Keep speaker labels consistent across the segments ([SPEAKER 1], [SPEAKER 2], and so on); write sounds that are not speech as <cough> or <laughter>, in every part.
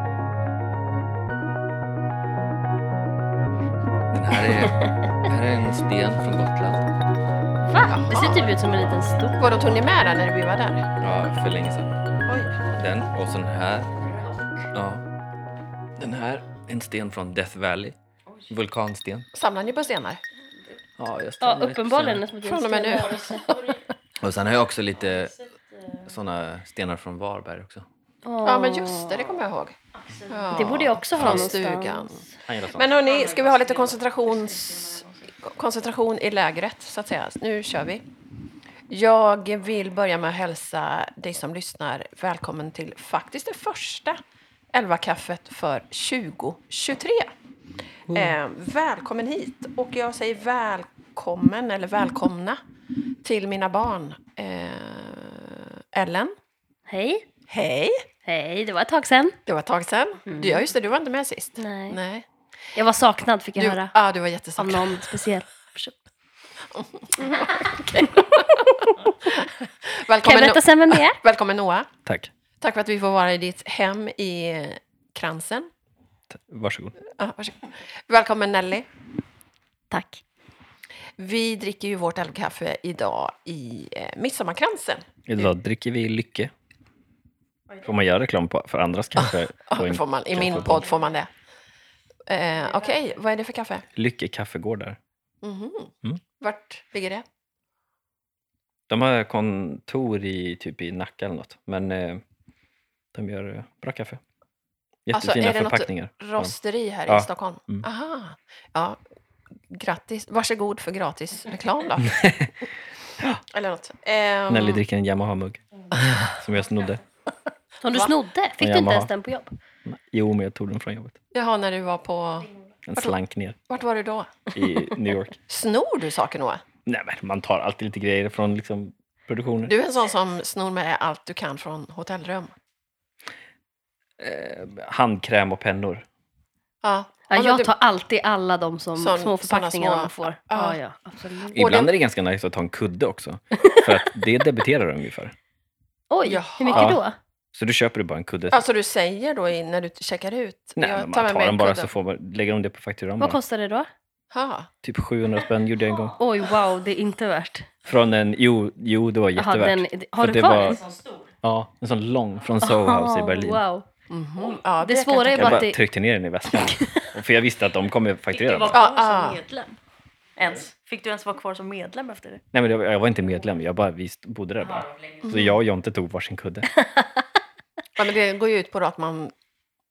[SPEAKER 1] <laughs> en sten från Gotland.
[SPEAKER 2] Va? Det ser typ ut som en liten stor.
[SPEAKER 3] Vadå, tog ni med den när vi var där?
[SPEAKER 1] Ja, för länge sedan.
[SPEAKER 3] Oj.
[SPEAKER 1] Den och så den här. Ja. Den här, en sten från Death Valley. Vulkansten.
[SPEAKER 3] Samlar ni på stenar?
[SPEAKER 1] Ja, jag ställer
[SPEAKER 2] Ja,
[SPEAKER 1] mig på
[SPEAKER 2] uppenbarligen.
[SPEAKER 1] sidan.
[SPEAKER 2] eftersom det typ- är en
[SPEAKER 3] Från och med nu.
[SPEAKER 1] Och sen har jag också lite såna stenar från Varberg också.
[SPEAKER 2] stor.
[SPEAKER 3] Ja, men just det, det kommer jag ihåg. Ja.
[SPEAKER 2] Det borde jag också ha
[SPEAKER 3] Från
[SPEAKER 2] någonstans.
[SPEAKER 3] stugan.
[SPEAKER 1] Han gillar sånt.
[SPEAKER 3] Men hörni, ska vi ha lite koncentrations... koncentration i lägret, så att säga? Nu kör vi. Jag vill börja med att hälsa dig som lyssnar välkommen till faktiskt det första 11-kaffet för 2023. Eh, välkommen hit. Och jag säger välkommen, eller välkomna, till mina barn. Eh, Ellen,
[SPEAKER 2] Hej.
[SPEAKER 3] hej.
[SPEAKER 2] Hej, det var ett tag sedan.
[SPEAKER 3] Det var ett tag sedan. Du, ja, just det, du var inte med sist.
[SPEAKER 2] Nej.
[SPEAKER 3] Nej.
[SPEAKER 2] Jag var saknad fick jag
[SPEAKER 3] Du,
[SPEAKER 2] höra.
[SPEAKER 3] ja, du var
[SPEAKER 2] Av
[SPEAKER 3] jättesaknad.
[SPEAKER 2] någon speciell person. Kan jag
[SPEAKER 3] Välkommen,
[SPEAKER 2] berätta sen vem
[SPEAKER 3] <laughs>
[SPEAKER 2] det är?
[SPEAKER 3] Välkommen Noah.
[SPEAKER 1] Tack.
[SPEAKER 3] Tack för att vi får vara i ditt hem i eh, Kransen.
[SPEAKER 1] Ta- Varsågod.
[SPEAKER 3] Ja, varsågod. Välkommen Nelly.
[SPEAKER 2] Tack.
[SPEAKER 3] Vi dricker ju vårt älvkaffe idag i eh, Midsommarkransen.
[SPEAKER 1] Idag dricker vi Lycke. Får man göra reklam på, för andras <laughs> kanske?
[SPEAKER 3] Ja, det Ah, får man, I min podd får man det. Eh, Okej, vad är det för kaffe?
[SPEAKER 1] Lycke kaffegårdar.
[SPEAKER 3] Mhm.
[SPEAKER 1] Mm.
[SPEAKER 3] Vart ligger det?
[SPEAKER 1] De har kontor i typ i Nacka eller något, men eh, de gör eh, bra kaffe.
[SPEAKER 3] Alltså,
[SPEAKER 1] Jättefina
[SPEAKER 3] är det något
[SPEAKER 1] förpackningar.
[SPEAKER 3] Rosteri här
[SPEAKER 1] Ja.
[SPEAKER 3] i Stockholm.
[SPEAKER 1] Mm.
[SPEAKER 3] Aha. Ja, grattis. Varsågod för gratis
[SPEAKER 1] <laughs>
[SPEAKER 3] reklam då. Eller något.
[SPEAKER 1] Ja.
[SPEAKER 3] Ehm,
[SPEAKER 1] Nelly dricker en Yamaha-mugg
[SPEAKER 3] Mm.
[SPEAKER 1] som jag snodde.
[SPEAKER 2] Som du
[SPEAKER 3] Va?
[SPEAKER 2] snodde. Fick
[SPEAKER 1] Ja,
[SPEAKER 2] du inte
[SPEAKER 1] Yamaha.
[SPEAKER 2] ens den på jobb?
[SPEAKER 1] Jo, men jag tog den från jobbet.
[SPEAKER 3] Jaha, när du var på...
[SPEAKER 1] Den
[SPEAKER 3] Alltså-
[SPEAKER 1] slank ner
[SPEAKER 3] Vart var du då?
[SPEAKER 1] i New York.
[SPEAKER 3] Snor du saker Noah?
[SPEAKER 1] Nej, men man tar alltid lite grejer från liksom, produktioner.
[SPEAKER 3] Du är en sån som snor med allt du kan från hotellrum.
[SPEAKER 1] Eh, handkräm och pennor.
[SPEAKER 3] Ja.
[SPEAKER 2] Ja,
[SPEAKER 3] men
[SPEAKER 2] jag
[SPEAKER 3] du-
[SPEAKER 2] tar alltid alla de som,
[SPEAKER 3] Sån-
[SPEAKER 2] små förpackningar
[SPEAKER 3] såna
[SPEAKER 2] man
[SPEAKER 3] små-
[SPEAKER 2] får. Ja, ja, absolut.
[SPEAKER 1] Ibland
[SPEAKER 3] den-
[SPEAKER 1] är det ganska nice att ta en kudde också, för att det debiterar de ju för.
[SPEAKER 2] Oj,
[SPEAKER 3] Jaha.
[SPEAKER 2] hur mycket
[SPEAKER 1] Ja.
[SPEAKER 2] då?
[SPEAKER 1] Så du köper du bara en kudde.
[SPEAKER 3] Alltså du säger då i, när du checkar ut?
[SPEAKER 1] Nej,
[SPEAKER 3] jag
[SPEAKER 1] men man tar,
[SPEAKER 3] mig
[SPEAKER 1] den
[SPEAKER 3] en
[SPEAKER 1] bara
[SPEAKER 3] kudde.
[SPEAKER 1] så får man, lägger de det på fakturan
[SPEAKER 2] Vad
[SPEAKER 1] bara.
[SPEAKER 2] kostar det då?
[SPEAKER 3] Ha.
[SPEAKER 1] Typ 700 spänn gjorde jag en gång.
[SPEAKER 2] Oj, wow, det är inte värt.
[SPEAKER 1] Från en, jo, jo det var
[SPEAKER 2] Jaha,
[SPEAKER 1] jättevärt.
[SPEAKER 2] den, har
[SPEAKER 1] För det
[SPEAKER 2] du kvar
[SPEAKER 1] var-
[SPEAKER 2] den?
[SPEAKER 1] Ja, en sån lång från Soho House i
[SPEAKER 2] Ah,
[SPEAKER 1] Berlin.
[SPEAKER 2] Wow.
[SPEAKER 3] Mhm. Ja,
[SPEAKER 2] Det
[SPEAKER 3] kan
[SPEAKER 2] svåra
[SPEAKER 3] jag
[SPEAKER 2] är
[SPEAKER 1] Jag
[SPEAKER 2] bara-
[SPEAKER 3] tänka mig.
[SPEAKER 2] att
[SPEAKER 1] bara
[SPEAKER 2] det-
[SPEAKER 1] tryckte ner den i
[SPEAKER 2] <laughs>
[SPEAKER 1] väskan. Och För jag visste att de kommer
[SPEAKER 4] Fick du
[SPEAKER 1] fakturera
[SPEAKER 4] vara
[SPEAKER 1] mig.
[SPEAKER 4] kvar
[SPEAKER 3] Ja, ja.
[SPEAKER 4] som medlem? Ens? Fick du ens vara kvar som medlem efter det?
[SPEAKER 1] Nej, men det var- jag var inte medlem, jag bara visst, bodde där bara. Så jag och Jonte tog varsin
[SPEAKER 2] <laughs>
[SPEAKER 1] kudde.
[SPEAKER 3] ja, men det går ju ut på då att man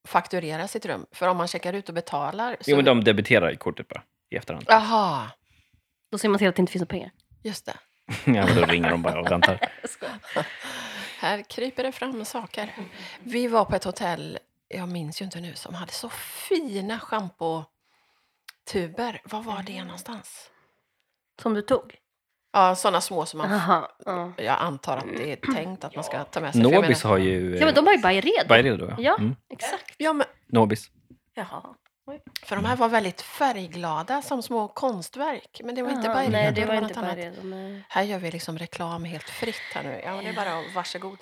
[SPEAKER 3] fakturerar sitt rum. För om man checkar ut och betalar... Så...
[SPEAKER 1] Jo, men de debiterar i kortet bara i efterhand.
[SPEAKER 2] <laughs>
[SPEAKER 3] Jaha,
[SPEAKER 2] Då ser man till att det inte finns några pengar.
[SPEAKER 3] just det.
[SPEAKER 1] Ja, men då ringer de bara och
[SPEAKER 2] Alltså,
[SPEAKER 1] väntar.
[SPEAKER 3] Här kryper det fram saker. Vi var på ett hotell, jag minns ju inte nu, som hade så fina schampotuber. Var var
[SPEAKER 2] Mm.
[SPEAKER 3] det någonstans?
[SPEAKER 2] Som du tog?
[SPEAKER 3] Ja, sådana små som man...
[SPEAKER 2] Jaha. Ja.
[SPEAKER 3] Jag antar att det är
[SPEAKER 2] Mm.
[SPEAKER 3] tänkt att man ska ta med sig. för jag
[SPEAKER 1] Nobis
[SPEAKER 3] menar-
[SPEAKER 1] har ju... eh,
[SPEAKER 2] ja, men de har ju Bayred.
[SPEAKER 1] Vad är det då?
[SPEAKER 2] Ja,
[SPEAKER 1] Mm.
[SPEAKER 2] exakt.
[SPEAKER 3] Ja, men
[SPEAKER 1] Nobis.
[SPEAKER 4] Jaha.
[SPEAKER 3] För de här var väldigt färgglada som små konstverk. Men det var inte
[SPEAKER 2] Jaha,
[SPEAKER 3] bara
[SPEAKER 2] Nej, det var
[SPEAKER 3] något
[SPEAKER 2] inte
[SPEAKER 3] annat.
[SPEAKER 2] Bayred. de är-
[SPEAKER 3] Här gör vi liksom reklam helt fritt här nu. Ja, men det är bara att varsågod.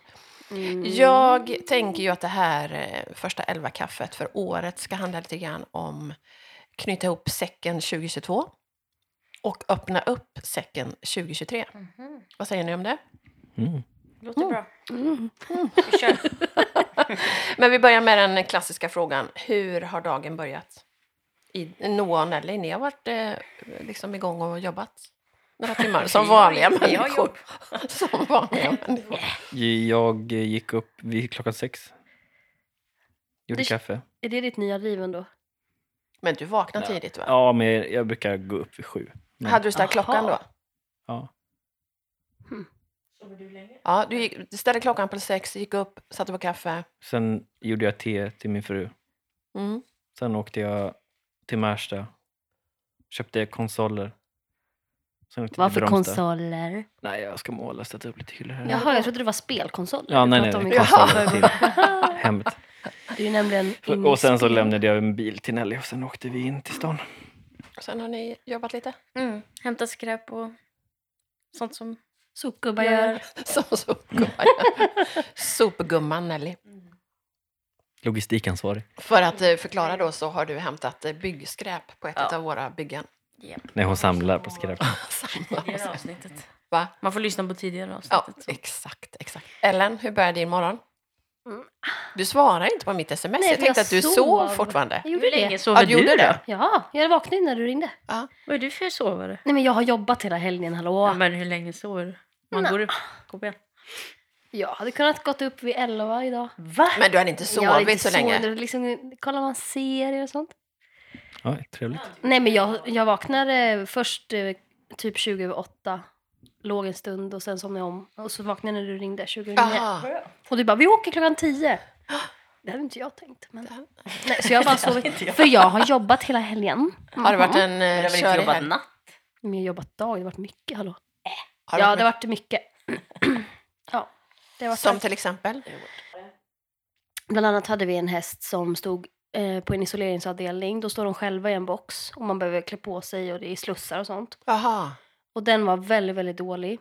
[SPEAKER 2] Mm.
[SPEAKER 3] Jag tänker ju att det här eh, första elva kaffet för året ska handla lite grann om knyta ihop säcken 2022 och öppna upp säcken 2023.
[SPEAKER 2] Mhm.
[SPEAKER 3] Vad säger ni om det?
[SPEAKER 1] Mm.
[SPEAKER 4] Låter bra.
[SPEAKER 2] Mm.
[SPEAKER 4] Vi kör.
[SPEAKER 3] Men vi börjar med den klassiska frågan. Hur har dagen börjat? I, Noah och Nelly, ni har varit eh, liksom igång och jobbat några timmar. <laughs> Som
[SPEAKER 4] Vi har-
[SPEAKER 3] vanliga
[SPEAKER 4] vi har
[SPEAKER 3] människor. <laughs> Som vanliga människor.
[SPEAKER 1] Jag eh, gick upp vid klockan sex. Gjorde
[SPEAKER 2] Det-
[SPEAKER 1] kaffe.
[SPEAKER 2] Är det ditt nya liv ändå?
[SPEAKER 3] Men du vaknade tidigt va?
[SPEAKER 1] Ja, men jag brukar gå upp vid sju. Men-
[SPEAKER 3] Hade du ställt
[SPEAKER 2] Aha.
[SPEAKER 3] klockan då?
[SPEAKER 1] Ja.
[SPEAKER 3] Hmm. Ja, du, gick, du ställde klockan på sex, gick upp, satte på kaffe.
[SPEAKER 1] Sen gjorde jag te till min fru.
[SPEAKER 3] Mm.
[SPEAKER 1] Sen åkte jag till Märsta. Köpte konsoler. Sen åkte jag till
[SPEAKER 2] Varför
[SPEAKER 1] Bromsta.
[SPEAKER 2] konsoler?
[SPEAKER 1] Nej, jag ska måla och sätta upp lite hyllor här.
[SPEAKER 2] Jaha, jag trodde det var spelkonsoler.
[SPEAKER 1] Ja,
[SPEAKER 2] du
[SPEAKER 1] nej, nej,
[SPEAKER 2] pratade
[SPEAKER 1] nej.
[SPEAKER 2] om i
[SPEAKER 1] Konsoler
[SPEAKER 2] konsoler.
[SPEAKER 1] till hemmet.
[SPEAKER 2] Det är ju nämligen
[SPEAKER 1] <laughs> Och sen så
[SPEAKER 2] inspel.
[SPEAKER 1] lämnade jag en bil till Nelly och sen åkte vi in till stan.
[SPEAKER 3] Sen har ni jobbat lite.
[SPEAKER 4] Mm. Hämta skräp och sånt som...
[SPEAKER 2] Sopgubbar gör...
[SPEAKER 3] <laughs> Som sopgumman. <laughs> Sopgumman Nelly.
[SPEAKER 1] Logistikansvarig.
[SPEAKER 3] För att eh, förklara då så har du hämtat eh, byggskräp på ett
[SPEAKER 2] Ja.
[SPEAKER 3] av våra byggen. <laughs>
[SPEAKER 4] Japp.
[SPEAKER 1] När hon samlar på skräp.
[SPEAKER 4] Tidigare avsnittet.
[SPEAKER 3] Va?
[SPEAKER 4] Man får lyssna på tidigare
[SPEAKER 3] Ja,
[SPEAKER 4] avsnittet.
[SPEAKER 3] exakt, exakt. Ellen, hur börjar din morgon? Du svarar inte på mitt sms.
[SPEAKER 2] Nej,
[SPEAKER 3] jag
[SPEAKER 2] för
[SPEAKER 3] tänkte
[SPEAKER 2] jag
[SPEAKER 3] att du
[SPEAKER 2] sov.
[SPEAKER 3] sov fortfarande.
[SPEAKER 2] Jag
[SPEAKER 4] Hur
[SPEAKER 2] gjorde
[SPEAKER 4] länge
[SPEAKER 2] det.
[SPEAKER 4] sover
[SPEAKER 3] Ja, du
[SPEAKER 4] du,
[SPEAKER 3] gjorde
[SPEAKER 4] då?
[SPEAKER 3] det.
[SPEAKER 2] Ja, jag vaknade ju när du ringde.
[SPEAKER 4] Vad är du för sovare?
[SPEAKER 2] Nej men jag har jobbat hela helgen, hallå.
[SPEAKER 4] Ja, men hur länge sover du? Man
[SPEAKER 2] Nej.
[SPEAKER 4] går upp. Kom igen.
[SPEAKER 2] Jag hade kunnat gått upp vid 11 idag.
[SPEAKER 4] Va?
[SPEAKER 3] Men du hade inte
[SPEAKER 2] jag hade
[SPEAKER 3] sovit
[SPEAKER 2] inte
[SPEAKER 3] så länge.
[SPEAKER 2] sovit, Liksom, kollar man serier och sånt.
[SPEAKER 1] Ja, trevligt.
[SPEAKER 2] Nej men jag, jag vaknade först eh, typ 20 över 8. Låg en stund och sen somnade jag om. Och så vaknade jag när du ringde 2009.
[SPEAKER 3] Aha.
[SPEAKER 2] Och du bara, vi åker klockan 10. Det hade inte jag tänkt. Men... Nej, så jag har
[SPEAKER 3] <laughs>
[SPEAKER 2] bara sovit. För jag har jobbat hela helgen. Mm.
[SPEAKER 3] Har det varit en
[SPEAKER 4] Du
[SPEAKER 3] eh,
[SPEAKER 4] har väl inte
[SPEAKER 3] körig
[SPEAKER 4] jobbat
[SPEAKER 3] helg?
[SPEAKER 4] natt?
[SPEAKER 2] Men jag har jobbat dag, det har varit mycket, hallå.
[SPEAKER 3] Har
[SPEAKER 2] ja,
[SPEAKER 3] det
[SPEAKER 2] det har
[SPEAKER 3] varit
[SPEAKER 2] varit mycket. <clears throat> ja, det har varit
[SPEAKER 3] Som till exempel?
[SPEAKER 2] Bland annat hade vi en häst som stod eh, på en isoleringsavdelning. Då står de själva i en box och man behöver klä på sig och det är slussar och sånt.
[SPEAKER 3] Jaha.
[SPEAKER 2] Och den var väldigt, väldigt dålig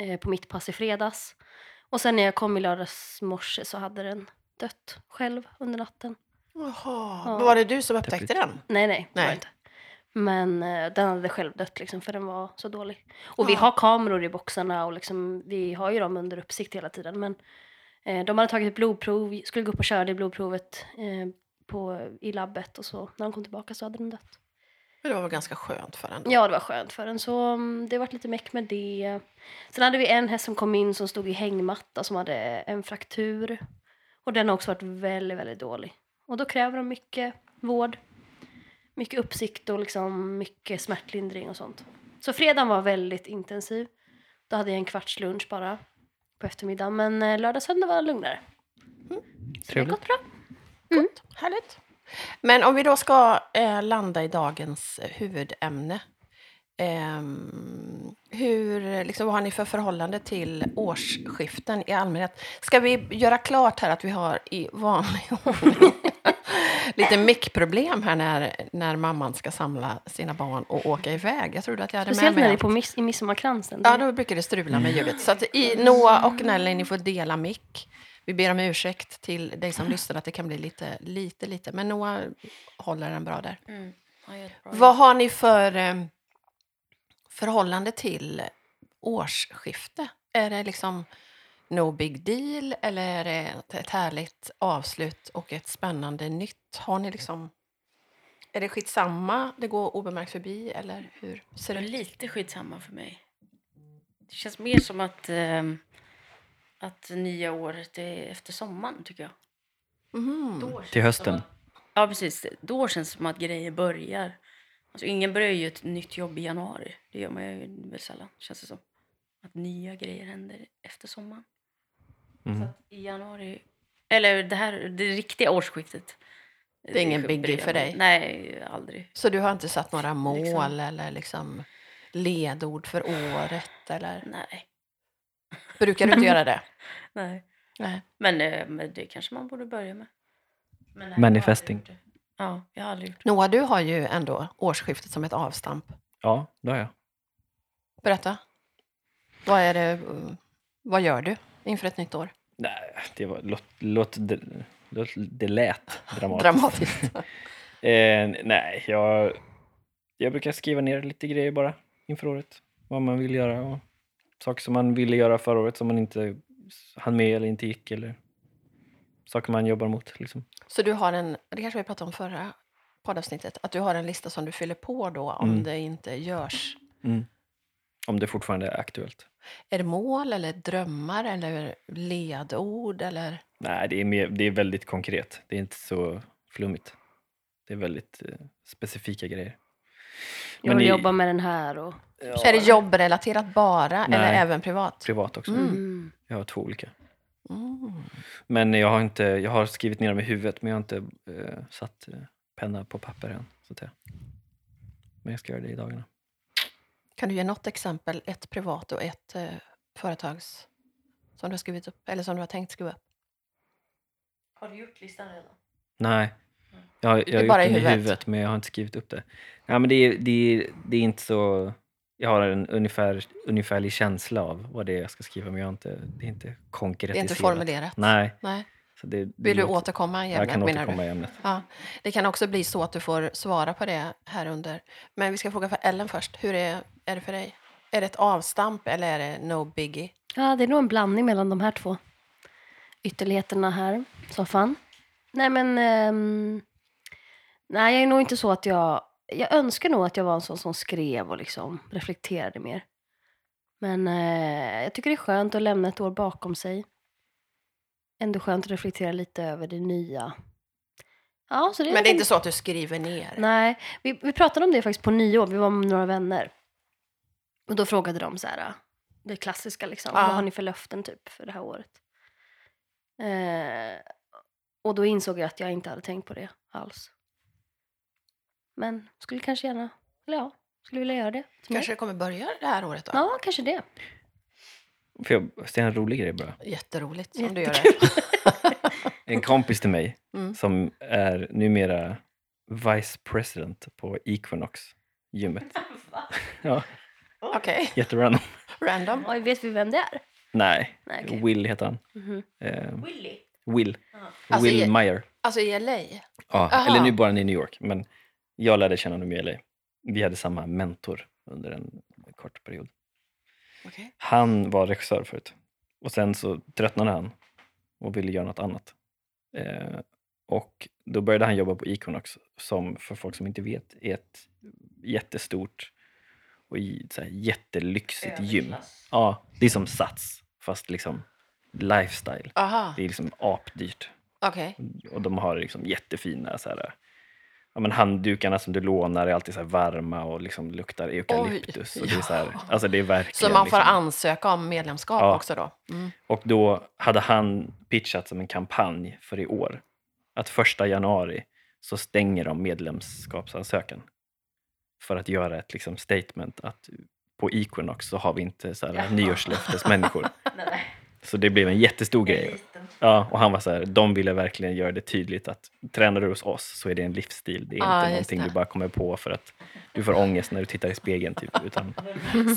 [SPEAKER 2] eh, på mitt pass i fredags. Och sen när jag kom i lördags morse så hade den dött själv under natten.
[SPEAKER 3] Jaha.
[SPEAKER 2] Ja.
[SPEAKER 3] Men Var det du som upptäckte den?
[SPEAKER 2] Nej, nej, det var
[SPEAKER 3] Nej.
[SPEAKER 2] inte. Men eh, den hade själv dött liksom för den var så dålig. Och vi
[SPEAKER 3] Ja.
[SPEAKER 2] har kameror i boxarna och liksom, vi har ju dem under uppsikt hela tiden. Men eh, de hade tagit ett blodprov, skulle gå upp och köra det blodprovet eh, på, i labbet och så när de kom tillbaka så hade den dött.
[SPEAKER 3] Men Det var väl ganska skönt för henne?
[SPEAKER 2] Ja, det var skönt för den så mm, det vart lite meck med det. Sen hade vi en häst som kom in som stod i hängmatta som hade en fraktur. Och den har också varit väldigt, väldigt dålig. Och då kräver de mycket vård. Mycket uppsikt och liksom mycket smärtlindring och sånt. Så fredagen var väldigt intensiv. Då hade jag en kvarts lunch bara på eftermiddagen. Men eh, lördag och söndag var lugnare.
[SPEAKER 1] Trevligt.
[SPEAKER 2] Gott bra.
[SPEAKER 3] Härligt. Men om vi då ska eh, landa i dagens eh, huvudämne. Ehm, hur, liksom, vad har ni för förhållande till årsskiften i allmänhet? Ska vi göra klart här att vi har i vanlig ordning <laughs> lite mickproblem här när, när mamman ska samla sina barn och åka iväg? Jag trodde att jag hade
[SPEAKER 2] Speciellt
[SPEAKER 3] med
[SPEAKER 2] när
[SPEAKER 3] mig
[SPEAKER 2] det är
[SPEAKER 3] allt.
[SPEAKER 2] på mis- i midsommarkransen.
[SPEAKER 3] Ja, då brukar det strula med ljudet. Så att i, Noah och Nelly, ni får dela mick. Vi ber om ursäkt till dig som lyssnar att det kan bli lite, lite, lite. Men Noah håller den bra där.
[SPEAKER 4] Mm. Ja, jag är bra.
[SPEAKER 3] Vad har ni för eh, förhållande till årsskifte? Är det liksom no big deal eller är det ett- ett härligt avslut och ett spännande nytt? Har ni liksom... Är det skitsamma, det går obemärkt förbi eller hur ser
[SPEAKER 4] Det
[SPEAKER 3] det
[SPEAKER 4] är
[SPEAKER 3] ut?
[SPEAKER 4] lite skitsamma för mig. Det känns mer som att, ehm, att nya året är efter sommaren, tycker jag.
[SPEAKER 3] Mhm.
[SPEAKER 4] Då känns
[SPEAKER 1] Till hösten.
[SPEAKER 4] det som att- Ja, precis. Då känns det som att grejer börjar. Alltså, ingen börjar ju ett nytt jobb i januari. Det gör man ju väl sällan, känns det som. Att nya grejer händer efter sommaren. Så
[SPEAKER 1] Mm.
[SPEAKER 4] att i januari... Eller det här, det riktiga årsskiftet.
[SPEAKER 3] är ingen big deal för dig?
[SPEAKER 4] Nej, aldrig.
[SPEAKER 3] Så du har inte satt några mål
[SPEAKER 4] Liksom.
[SPEAKER 3] eller liksom ledord för året? Eller?
[SPEAKER 4] Nej.
[SPEAKER 3] Brukar du inte göra det?
[SPEAKER 4] Nej.
[SPEAKER 3] Nej.
[SPEAKER 4] Men, eh, men det kanske man borde börja med. Men nej,
[SPEAKER 1] Manifesting.
[SPEAKER 4] jag har aldrig gjort det. Ja, jag har aldrig gjort det.
[SPEAKER 3] Noah, du har ju ändå årsskiftet som ett avstamp.
[SPEAKER 1] Ja, det har jag.
[SPEAKER 3] Berätta. Vad, är det, eh, vad gör du inför ett nytt år?
[SPEAKER 1] Nej, det var... Låt, låt, det, låt, det lät dramatiskt.
[SPEAKER 3] Dramatiskt. <laughs>
[SPEAKER 1] Eh, nej, jag, jag brukar skriva ner lite grejer bara inför året. Vad man vill göra och saker som man ville göra förra året som man inte hann med eller inte gick eller saker man jobbar mot. Liksom.
[SPEAKER 3] Så du har en, det kanske vi pratade om förra poddavsnittet, att du har en lista som du fyller på då om
[SPEAKER 1] Mm.
[SPEAKER 3] det inte görs.
[SPEAKER 1] Om det fortfarande är aktuellt.
[SPEAKER 3] Är det mål eller drömmar eller ledord eller?
[SPEAKER 1] Nej, det är, mer, det är väldigt konkret. Det är inte så flummigt. Det är väldigt eh, specifika grejer.
[SPEAKER 2] Jag
[SPEAKER 1] Men
[SPEAKER 2] vill
[SPEAKER 1] i-
[SPEAKER 2] jobba med den här och...
[SPEAKER 3] Är det jobbrelaterat bara eller
[SPEAKER 1] Nej.
[SPEAKER 3] även privat?
[SPEAKER 1] Privat också.
[SPEAKER 3] Mm.
[SPEAKER 2] Mm.
[SPEAKER 1] Jag har två olika.
[SPEAKER 3] Mm.
[SPEAKER 1] Men jag har, inte, jag har skrivit ner dem i huvudet, men jag har inte eh, satt eh, penna på papper än. Så att säga. Men jag ska göra det i dagarna.
[SPEAKER 3] Kan du ge något exempel, ett privat och ett eh, företags som du har skrivit upp, eller som du har tänkt skriva upp?
[SPEAKER 4] Har du gjort listan redan?
[SPEAKER 1] Nej, jag, har- jag
[SPEAKER 3] är
[SPEAKER 1] har
[SPEAKER 3] bara
[SPEAKER 1] gjort
[SPEAKER 3] i
[SPEAKER 1] den i
[SPEAKER 3] huvudet.
[SPEAKER 1] huvudet, men jag har inte skrivit upp det. Nej, men det, är- det, är- det är inte så... Jag har en ungefär, ungefärlig känsla av vad det är jag ska skriva, men jag har inte, det är inte konkretiserat.
[SPEAKER 3] Det är inte formulerat?
[SPEAKER 1] Nej,
[SPEAKER 3] Nej.
[SPEAKER 1] Så det, det är
[SPEAKER 3] Vill du
[SPEAKER 1] lite-
[SPEAKER 3] återkomma i
[SPEAKER 1] Jag
[SPEAKER 3] ämnet
[SPEAKER 1] kan
[SPEAKER 3] menar du?
[SPEAKER 1] återkomma i ämnet.
[SPEAKER 3] Ja. Det kan också bli så att du får svara på det här under. Men vi ska fråga för Ellen först. Hur är, är det för dig? Är det ett avstamp eller är det no biggie?
[SPEAKER 2] Ja, det är nog en blandning mellan de här två ytterligheterna här som fan. Nej, men... ehm, nej, jag är nog inte så att jag... Jag önskar nog att jag var en sån som skrev och liksom reflekterade mer. Men eh, jag tycker det är skönt att lämna ett år bakom sig. Ändå skönt att reflektera lite över det nya. Ja, så det
[SPEAKER 3] Men det är inte så att du skriver ner?
[SPEAKER 2] Mm. Nej, vi, vi pratade om det faktiskt på nyår. Vi var med några vänner. Och då frågade de så här, äh, det klassiska liksom.
[SPEAKER 3] Ja.
[SPEAKER 2] Vad har ni för löften typ för det här året? Eh, och då insåg jag att jag inte hade tänkt på det alls. Men skulle kanske gärna, eller ja, skulle vilja göra det. Som
[SPEAKER 3] Kanske det kommer börja det här året då?
[SPEAKER 2] jag- Ja, kanske det.
[SPEAKER 1] Får jag säga en rolig grej bara?
[SPEAKER 3] Jätteroligt om du gör det.
[SPEAKER 1] En kompis till mig
[SPEAKER 3] Mm.
[SPEAKER 1] som är numera vice president på Equinox
[SPEAKER 3] <laughs>
[SPEAKER 1] gymmet. ja,
[SPEAKER 3] <laughs> Okej,
[SPEAKER 1] jätterandom.
[SPEAKER 3] random.
[SPEAKER 2] Oj, vet vi vem det är?
[SPEAKER 1] Nej,
[SPEAKER 2] Nej, okej.
[SPEAKER 1] Will heter han.
[SPEAKER 2] Mhm.
[SPEAKER 1] Eh,
[SPEAKER 4] Willy?
[SPEAKER 1] Will.
[SPEAKER 3] Alltså,
[SPEAKER 1] Will
[SPEAKER 3] jag-
[SPEAKER 1] Meyer.
[SPEAKER 3] Alltså i LA?
[SPEAKER 1] Ja,
[SPEAKER 3] Aha.
[SPEAKER 1] eller nu bor han i New York, men jag lärde känna honom i LA. Vi hade samma mentor under en kort period.
[SPEAKER 3] Okej.
[SPEAKER 1] Han var regissör förut och sen så tröttnade han och ville göra något annat. Eh, och då började han jobba på Equinox som för folk som inte vet är ett jättestort och i- så här, jättelyxigt gym.
[SPEAKER 4] Överklass.
[SPEAKER 1] Ja, det är som Sats fast liksom lifestyle.
[SPEAKER 3] Aha,
[SPEAKER 1] Det är liksom apdyrt.
[SPEAKER 3] okej.
[SPEAKER 1] Och de har liksom jättefina så här, ja, men handdukarna som du lånar är alltid så här varma och liksom luktar eukalyptus. Och det, är så här, alltså det är verkligen...
[SPEAKER 3] Så man får
[SPEAKER 1] liksom,
[SPEAKER 3] ansöka om medlemskap
[SPEAKER 1] Ja.
[SPEAKER 3] också då? Mm.
[SPEAKER 1] och då hade han pitchat som en kampanj för i år att första januari så stänger de medlemskapsansökan för att göra ett liksom statement att på Equinox så har vi inte så här
[SPEAKER 4] Jaha.
[SPEAKER 1] nyårslöftesmänniskor.
[SPEAKER 4] <laughs> Nej, nej.
[SPEAKER 1] Så det blev en jättestor
[SPEAKER 4] Det är
[SPEAKER 1] grej.
[SPEAKER 4] liten.
[SPEAKER 1] Ja, och han var så här, de ville verkligen göra det tydligt att tränar du hos oss så är det en livsstil. Det är
[SPEAKER 3] Ja,
[SPEAKER 1] inte
[SPEAKER 3] just
[SPEAKER 1] någonting
[SPEAKER 3] det.
[SPEAKER 1] du bara kommer på för att du får ångest när du tittar i spegeln. Typ, utan,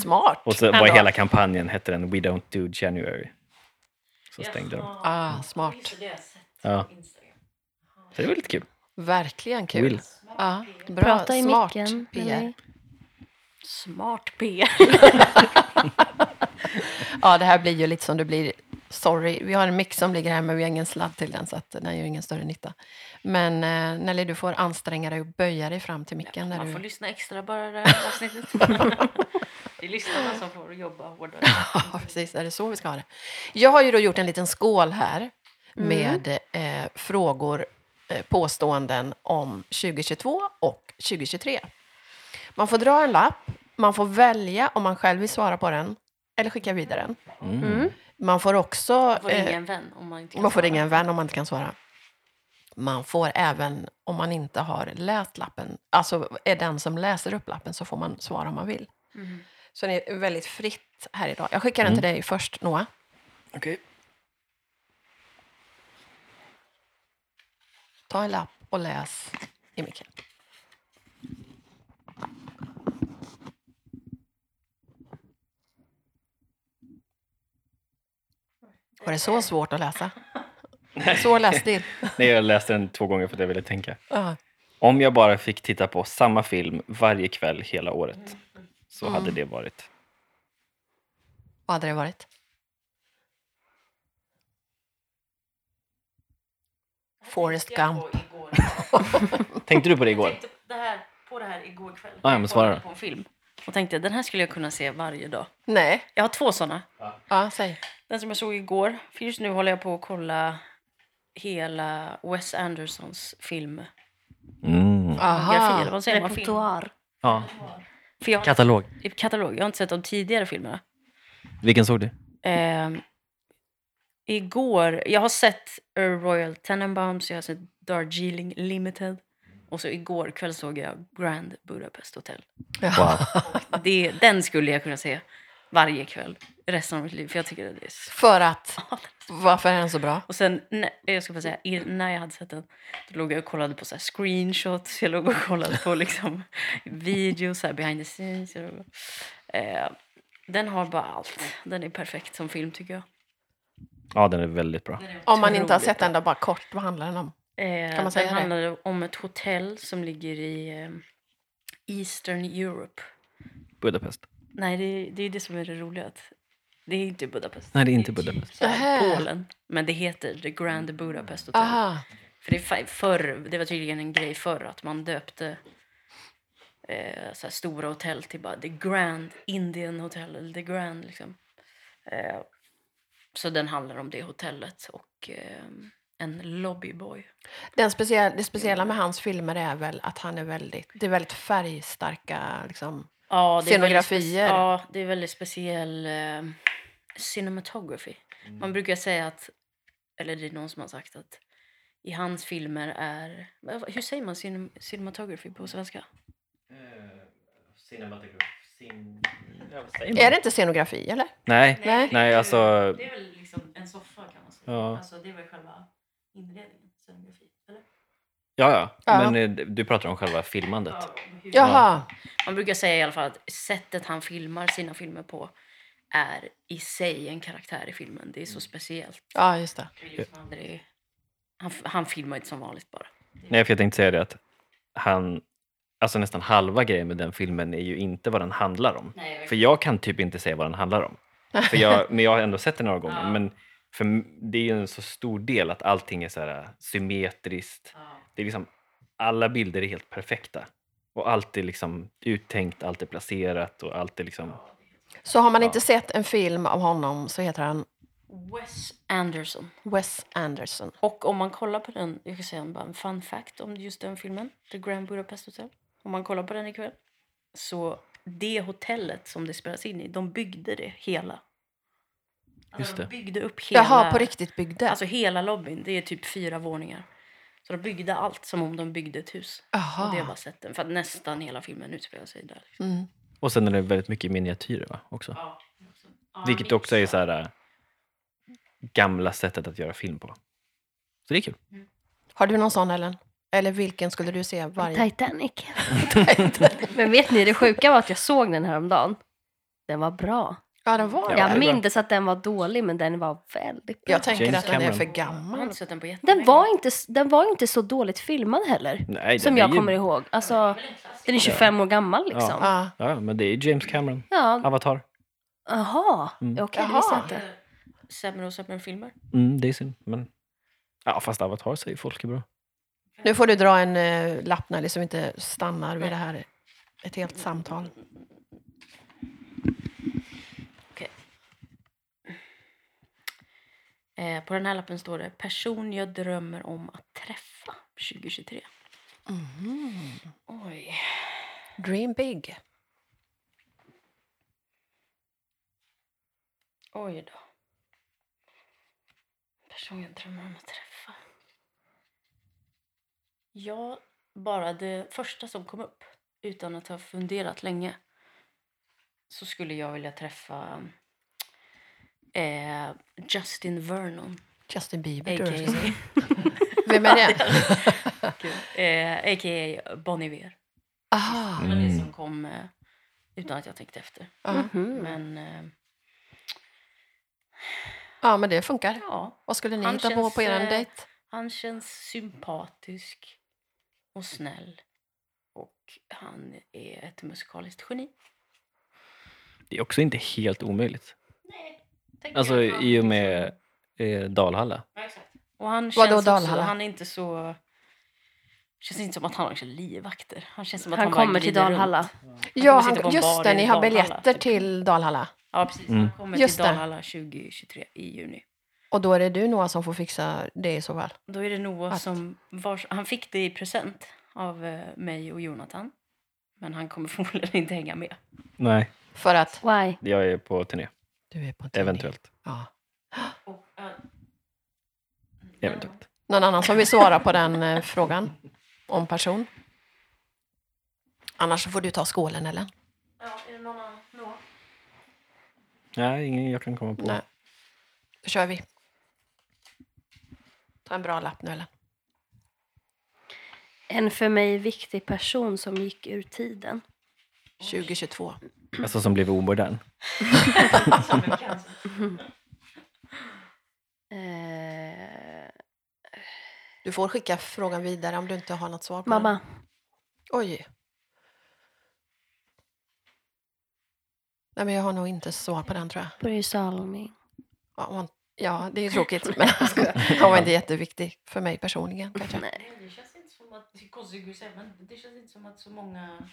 [SPEAKER 3] Smart!
[SPEAKER 1] och så var
[SPEAKER 3] ändå.
[SPEAKER 1] hela kampanjen hette den We don't do January. Så stängde de.
[SPEAKER 4] Jaha.
[SPEAKER 3] Ah, smart.
[SPEAKER 4] Just det, det har jag sett
[SPEAKER 1] Ja.
[SPEAKER 4] på Instagram.
[SPEAKER 1] Så det var lite kul.
[SPEAKER 3] Verkligen kul.
[SPEAKER 1] Will.
[SPEAKER 3] Ja, bra.
[SPEAKER 2] Prata i
[SPEAKER 3] smart
[SPEAKER 2] micken.
[SPEAKER 3] PR.
[SPEAKER 2] eller?
[SPEAKER 4] Smart PR.
[SPEAKER 3] Ja, det här blir ju lite som det blir. Sorry, vi har en mick som ligger här men vi har ingen sladd till den så att den gör ingen större nytta. Men eh, Nelly, du får anstränga dig och böja dig fram till micken. när
[SPEAKER 4] Man
[SPEAKER 3] du...
[SPEAKER 4] får lyssna extra
[SPEAKER 3] <laughs>
[SPEAKER 4] bara det här avsnittet. det är lyssnarna som får jobba hårdare.
[SPEAKER 3] <laughs> Ja, precis. Är det så vi ska ha det? Jag har ju då gjort en liten skål här
[SPEAKER 4] Mm.
[SPEAKER 3] med eh, frågor, eh, påståenden om 2022 och 2023. Man får dra en lapp, man får välja om man själv vill svara på den eller skicka vidare den.
[SPEAKER 2] Mm.
[SPEAKER 3] Man får också...
[SPEAKER 4] Man
[SPEAKER 3] <laughs>
[SPEAKER 4] får
[SPEAKER 3] eh,
[SPEAKER 4] ringa en vän om man inte kan
[SPEAKER 3] Man får
[SPEAKER 4] svara.
[SPEAKER 3] ringa en vän om man inte kan svara. Man får även, om man inte har läst lappen, alltså är den som läser upp lappen så får man svara om man vill.
[SPEAKER 4] Mhm.
[SPEAKER 3] Så det är väldigt fritt här idag. Jag skickar den
[SPEAKER 1] Mm.
[SPEAKER 3] till dig först, Noah.
[SPEAKER 1] Okej.
[SPEAKER 3] Ta en lapp och läs i micken. Var det så svårt att läsa? Så lässtill?
[SPEAKER 1] Nej, jag läste den två gånger för att jag ville tänka.
[SPEAKER 3] Ja.
[SPEAKER 1] Om jag bara fick titta på samma film varje kväll hela året så
[SPEAKER 3] Mm.
[SPEAKER 1] hade det varit...
[SPEAKER 3] Vad hade det varit? Forrest Gump.
[SPEAKER 4] Jag på
[SPEAKER 3] <laughs>
[SPEAKER 4] igår.
[SPEAKER 1] Tänkte du på det
[SPEAKER 4] Jag
[SPEAKER 1] igår?
[SPEAKER 4] <laughs> tänkte på det här, på det här igår kväll.
[SPEAKER 1] Ja, men svara
[SPEAKER 4] Jag
[SPEAKER 1] då.
[SPEAKER 4] kollade på en film och tänkte den här skulle jag kunna se varje dag.
[SPEAKER 3] Nej.
[SPEAKER 4] Jag har två sådana.
[SPEAKER 3] Ja, säg.
[SPEAKER 4] Den som jag såg igår. För just nu håller jag på att kolla hela Wes Andersons film.
[SPEAKER 1] Mm.
[SPEAKER 3] Aha.
[SPEAKER 4] Grafier, Vad säger man? Film.
[SPEAKER 2] Repertoar.
[SPEAKER 1] Ja.
[SPEAKER 4] För jag,
[SPEAKER 1] Katalog.
[SPEAKER 4] i katalog. Jag har inte sett de tidigare filmerna.
[SPEAKER 1] Vilken såg du?
[SPEAKER 4] Ehm, igår, jag har sett A Royal Tenenbaums, jag har sett Darjeeling Limited. Och så igår kväll såg jag Grand Budapest Hotel.
[SPEAKER 1] Wow.
[SPEAKER 4] Det, den skulle jag kunna se varje kväll resten av mitt liv. För jag tycker att det är så...
[SPEAKER 3] För <laughs> att? Varför är den så bra?
[SPEAKER 4] Och sen, när, jag ska bara säga, i- när jag hade sett den, då låg jag och kollade på så här screenshots, jag låg och kollade på liksom <laughs> videos, så här behind the scenes. Jag låg och, eh, den har bara allt. Den är perfekt som film tycker jag.
[SPEAKER 1] Ja, den är väldigt bra.
[SPEAKER 3] Om man inte har
[SPEAKER 4] Otroligt
[SPEAKER 3] sett
[SPEAKER 4] bra.
[SPEAKER 3] den då, bara kort, vad handlar den om?
[SPEAKER 4] Eh,
[SPEAKER 3] Kan man säga
[SPEAKER 4] den
[SPEAKER 3] det?
[SPEAKER 4] handlar om ett hotell som ligger i eh, Eastern Europe.
[SPEAKER 1] Budapest.
[SPEAKER 4] Nej, det, är- det är det som är det roliga. Att det är inte Budapest.
[SPEAKER 1] Nej, det är inte
[SPEAKER 4] typ
[SPEAKER 1] Budapest.
[SPEAKER 4] så här
[SPEAKER 3] Nähä.
[SPEAKER 4] Polen. Men det heter The Grand Budapest Hotel.
[SPEAKER 3] Aha.
[SPEAKER 4] För det, är fa- förr, det var tydligen en grej förr att man döpte eh, så här stora hotell till bara The Grand Indian Hotel. Eller The Grand liksom. Eh, så den handlar om det hotellet och eh, en lobbyboy.
[SPEAKER 3] Den speciella, det speciella med hans filmer är väl att han är väldigt, det är väldigt färgstarka liksom.
[SPEAKER 4] Ja, det är väldigt spec-
[SPEAKER 3] Scenografier.
[SPEAKER 4] Ja, det är väldigt speciell eh, cinematography. Man brukar säga att, eller det är någon som har sagt att i hans filmer är... men vad- Hur säger man cinem- cinematography på svenska?
[SPEAKER 1] Mm.
[SPEAKER 3] Är det inte scenografi eller?
[SPEAKER 1] Nej,
[SPEAKER 3] Nej.
[SPEAKER 1] nej alltså.
[SPEAKER 4] Det är väl liksom en soffa kan man säga.
[SPEAKER 1] Ja.
[SPEAKER 4] Alltså, det är väl själva inredningen, scenografi, eller?
[SPEAKER 1] Ja, ja.
[SPEAKER 3] Ja.
[SPEAKER 1] Men eh, du pratar om själva filmandet.
[SPEAKER 3] Jaha.
[SPEAKER 4] Man brukar säga i alla fall att sättet han filmar sina filmer på är i sig en karaktär i filmen. Det är så speciellt.
[SPEAKER 3] Ja, just det.
[SPEAKER 4] Det är liksom aldrig- Han, han filmar inte som vanligt bara.
[SPEAKER 1] Nej, för jag tänkte säga det att han, alltså nästan halva grejen med den filmen är ju inte vad den handlar om.
[SPEAKER 4] Nej,
[SPEAKER 1] För jag kan typ inte säga vad den handlar om. För jag, men jag har ändå sett den några gånger. Men för m- det är ju en så stor del att allting är så här äh, symmetriskt. Det är liksom, alla bilder är helt perfekta. Och allt är liksom uttänkt, allt är placerat och allt är liksom...
[SPEAKER 3] Så har man
[SPEAKER 1] Ja.
[SPEAKER 3] inte sett en film av honom så heter han
[SPEAKER 4] Wes Anderson.
[SPEAKER 3] Wes Anderson.
[SPEAKER 4] Och om man kollar på den, jag kan säga en, bara en fun fact om just den filmen, The Grand Budapest Hotel. Om man kollar på den ikväll, så det hotellet som det spelas in i, de byggde det hela. Alltså
[SPEAKER 1] Just det.
[SPEAKER 4] de byggde upp hela,
[SPEAKER 3] Jaha, på riktigt byggde?
[SPEAKER 4] alltså hela lobbyn, det är typ fyra våningar. Så de byggde allt som om de byggde ett hus. Och det
[SPEAKER 3] Jaha.
[SPEAKER 4] var sätten, för att nästan hela filmen utspelar sig där. Liksom.
[SPEAKER 3] Mm.
[SPEAKER 1] Och sen är det väldigt mycket miniatyrer va? också.
[SPEAKER 4] Ja.
[SPEAKER 1] Vilket också är så här äh, gamla sättet att göra film på. Så det är kul.
[SPEAKER 3] Har du någon sån Ellen? Eller vilken skulle du se varje?
[SPEAKER 2] Titanic. Men vet ni, det sjuka var att jag såg den häromdagen. Den var bra.
[SPEAKER 3] Ja, den var
[SPEAKER 1] Ja, det är
[SPEAKER 2] jag
[SPEAKER 1] bra.
[SPEAKER 2] mindes att den var dålig, men den var väldigt bra.
[SPEAKER 3] Jag tänker
[SPEAKER 1] James
[SPEAKER 3] att den är
[SPEAKER 1] Cameron.
[SPEAKER 3] för
[SPEAKER 4] Jag har
[SPEAKER 3] gammal.
[SPEAKER 4] inte sett den på jättelänge.
[SPEAKER 2] Den var, inte, den var inte så dåligt filmad heller,
[SPEAKER 1] Nej,
[SPEAKER 2] som
[SPEAKER 1] den är
[SPEAKER 2] jag
[SPEAKER 1] ju-
[SPEAKER 2] kommer ihåg. Alltså, den är 25 år gammal liksom. Ja.
[SPEAKER 3] Ja.
[SPEAKER 1] Ja, men det är James Cameron. Avatar.
[SPEAKER 2] Jaha,
[SPEAKER 1] Mm.
[SPEAKER 2] okej, det
[SPEAKER 3] Jaha.
[SPEAKER 2] visste jag inte.
[SPEAKER 4] Sämre och sämre filmer.
[SPEAKER 1] Mm, det är synd. Men... Ja, fast Avatar säger folk är bra.
[SPEAKER 3] Nu får du dra en eh, lapp Nelly som inte stannar vid det här. Ett helt samtal.
[SPEAKER 4] Eh, på den här lappen står det person jag drömmer om att träffa 2023. Oj.
[SPEAKER 3] Dream big.
[SPEAKER 4] Oj då. Person jag drömmer om att träffa. Jag, bara det första som kom upp utan att ha funderat länge så skulle jag vilja träffa eh, Justin Vernon.
[SPEAKER 3] Justin Bieber. tror jag.
[SPEAKER 4] A.k.a.
[SPEAKER 3] Vem är det?
[SPEAKER 4] eh, a.k.a. Bon Iver.
[SPEAKER 3] Aha.
[SPEAKER 4] Det var det
[SPEAKER 1] Mm.
[SPEAKER 4] som kom eh, utan att jag tänkte efter.
[SPEAKER 3] Ja.
[SPEAKER 2] Mhm.
[SPEAKER 4] Men eh,
[SPEAKER 3] ja, men det funkar.
[SPEAKER 4] ja,
[SPEAKER 3] Vad skulle ni
[SPEAKER 4] Han
[SPEAKER 3] hitta på
[SPEAKER 4] känns,
[SPEAKER 3] på er
[SPEAKER 4] eh,
[SPEAKER 3] dejt?
[SPEAKER 4] han känns sympatisk och snäll. Och han är ett musikaliskt geni.
[SPEAKER 1] Det är också inte helt omöjligt.
[SPEAKER 4] tänker
[SPEAKER 1] Alltså
[SPEAKER 4] jag.
[SPEAKER 1] i och med eh, Dalhalla.
[SPEAKER 4] Ja, exakt. Och han
[SPEAKER 3] Vadå
[SPEAKER 4] känns också,
[SPEAKER 3] Dalhalla?
[SPEAKER 4] han är inte så... känns inte som att han har liksom livvakter. Han känns som att
[SPEAKER 2] Han
[SPEAKER 4] bara
[SPEAKER 2] kommer till
[SPEAKER 4] glider
[SPEAKER 2] Dalhalla.
[SPEAKER 4] runt.
[SPEAKER 3] Ja,
[SPEAKER 4] kommer sitta på
[SPEAKER 3] han,
[SPEAKER 4] en
[SPEAKER 3] just
[SPEAKER 4] bar
[SPEAKER 3] det,
[SPEAKER 4] i
[SPEAKER 3] ni har
[SPEAKER 4] Dalhalla,
[SPEAKER 3] biljetter
[SPEAKER 4] typ.
[SPEAKER 3] till Dalhalla.
[SPEAKER 4] Ja, precis.
[SPEAKER 1] Mm.
[SPEAKER 4] Han kommer
[SPEAKER 3] Just
[SPEAKER 4] till
[SPEAKER 3] det.
[SPEAKER 4] Dalhalla 2023 i juni.
[SPEAKER 3] Och då är det du Noah som får fixa det i så fall.
[SPEAKER 4] Då är det Noah
[SPEAKER 3] Att-
[SPEAKER 4] som... Vars, han fick det i present av eh, mig och Jonathan. Men han kommer <laughs> förmodligen inte hänga med.
[SPEAKER 1] Nej.
[SPEAKER 3] För att
[SPEAKER 2] Why?
[SPEAKER 1] Jag är på turné,
[SPEAKER 3] du är på en turné.
[SPEAKER 1] eventuellt.
[SPEAKER 3] Ja.
[SPEAKER 4] Och, eh,
[SPEAKER 1] Eventuellt.
[SPEAKER 3] Någon annan som vill svara på den eh, frågan? Om person? Annars så får du ta skålen Ellen.
[SPEAKER 4] ja, är det någon annan? <laughs> Noah?
[SPEAKER 1] Nej, ingen jag kan komma på.
[SPEAKER 3] Nej. Då kör vi. Ta en bra lapp nu Ellen.
[SPEAKER 2] En för mig viktig person som gick ur tiden.
[SPEAKER 3] 2022.
[SPEAKER 1] Alltså som blev omodern.
[SPEAKER 2] Eh,
[SPEAKER 3] Du får skicka frågan vidare om du inte har något svar på den.
[SPEAKER 2] mamma,
[SPEAKER 3] Oj. Nej, men jag har nog inte svar på den tror jag.
[SPEAKER 2] Börje Salming.
[SPEAKER 3] Ja, om man, ja det är ju tråkigt, men han var inte jätteviktig för mig personligen. Kanske.
[SPEAKER 2] Nej.
[SPEAKER 4] Det känns inte som att, det är konstigt att säga, men det känns inte som att så många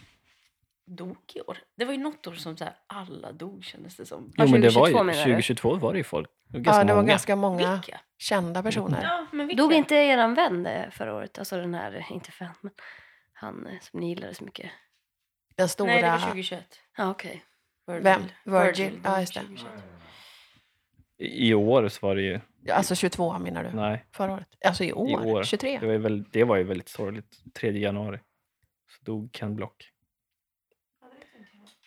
[SPEAKER 4] dog i år. Det var ju något år som så här, alla dog kändes det som.
[SPEAKER 2] Ja,
[SPEAKER 1] Jo, men det var ju,
[SPEAKER 2] 2022 menar du?
[SPEAKER 1] 2022 var det ju folk. Det var ganska
[SPEAKER 3] Ja, det var
[SPEAKER 1] många.
[SPEAKER 3] ganska många
[SPEAKER 4] Vilka?
[SPEAKER 3] kända personer.
[SPEAKER 4] Ja, men vilka?
[SPEAKER 2] Dog inte eran vän eh, förra året? Alltså den här, eh, inte fan, men han eh, som ni gillade så mycket.
[SPEAKER 3] Den stora...
[SPEAKER 4] Nej, det var 2021.
[SPEAKER 2] Ja, okej.
[SPEAKER 4] Virgil.
[SPEAKER 3] Vem? Virgil.
[SPEAKER 4] dog
[SPEAKER 3] Ja, just det.
[SPEAKER 4] 2021.
[SPEAKER 1] I i år så var det ju...
[SPEAKER 3] Ja, Alltså 22 menar du?
[SPEAKER 1] Nej,
[SPEAKER 3] Förra året? Alltså i år?
[SPEAKER 1] år.
[SPEAKER 3] 23?
[SPEAKER 1] det var ju, väl, det var ju väldigt sorgligt. 3 januari så dog Ken Block.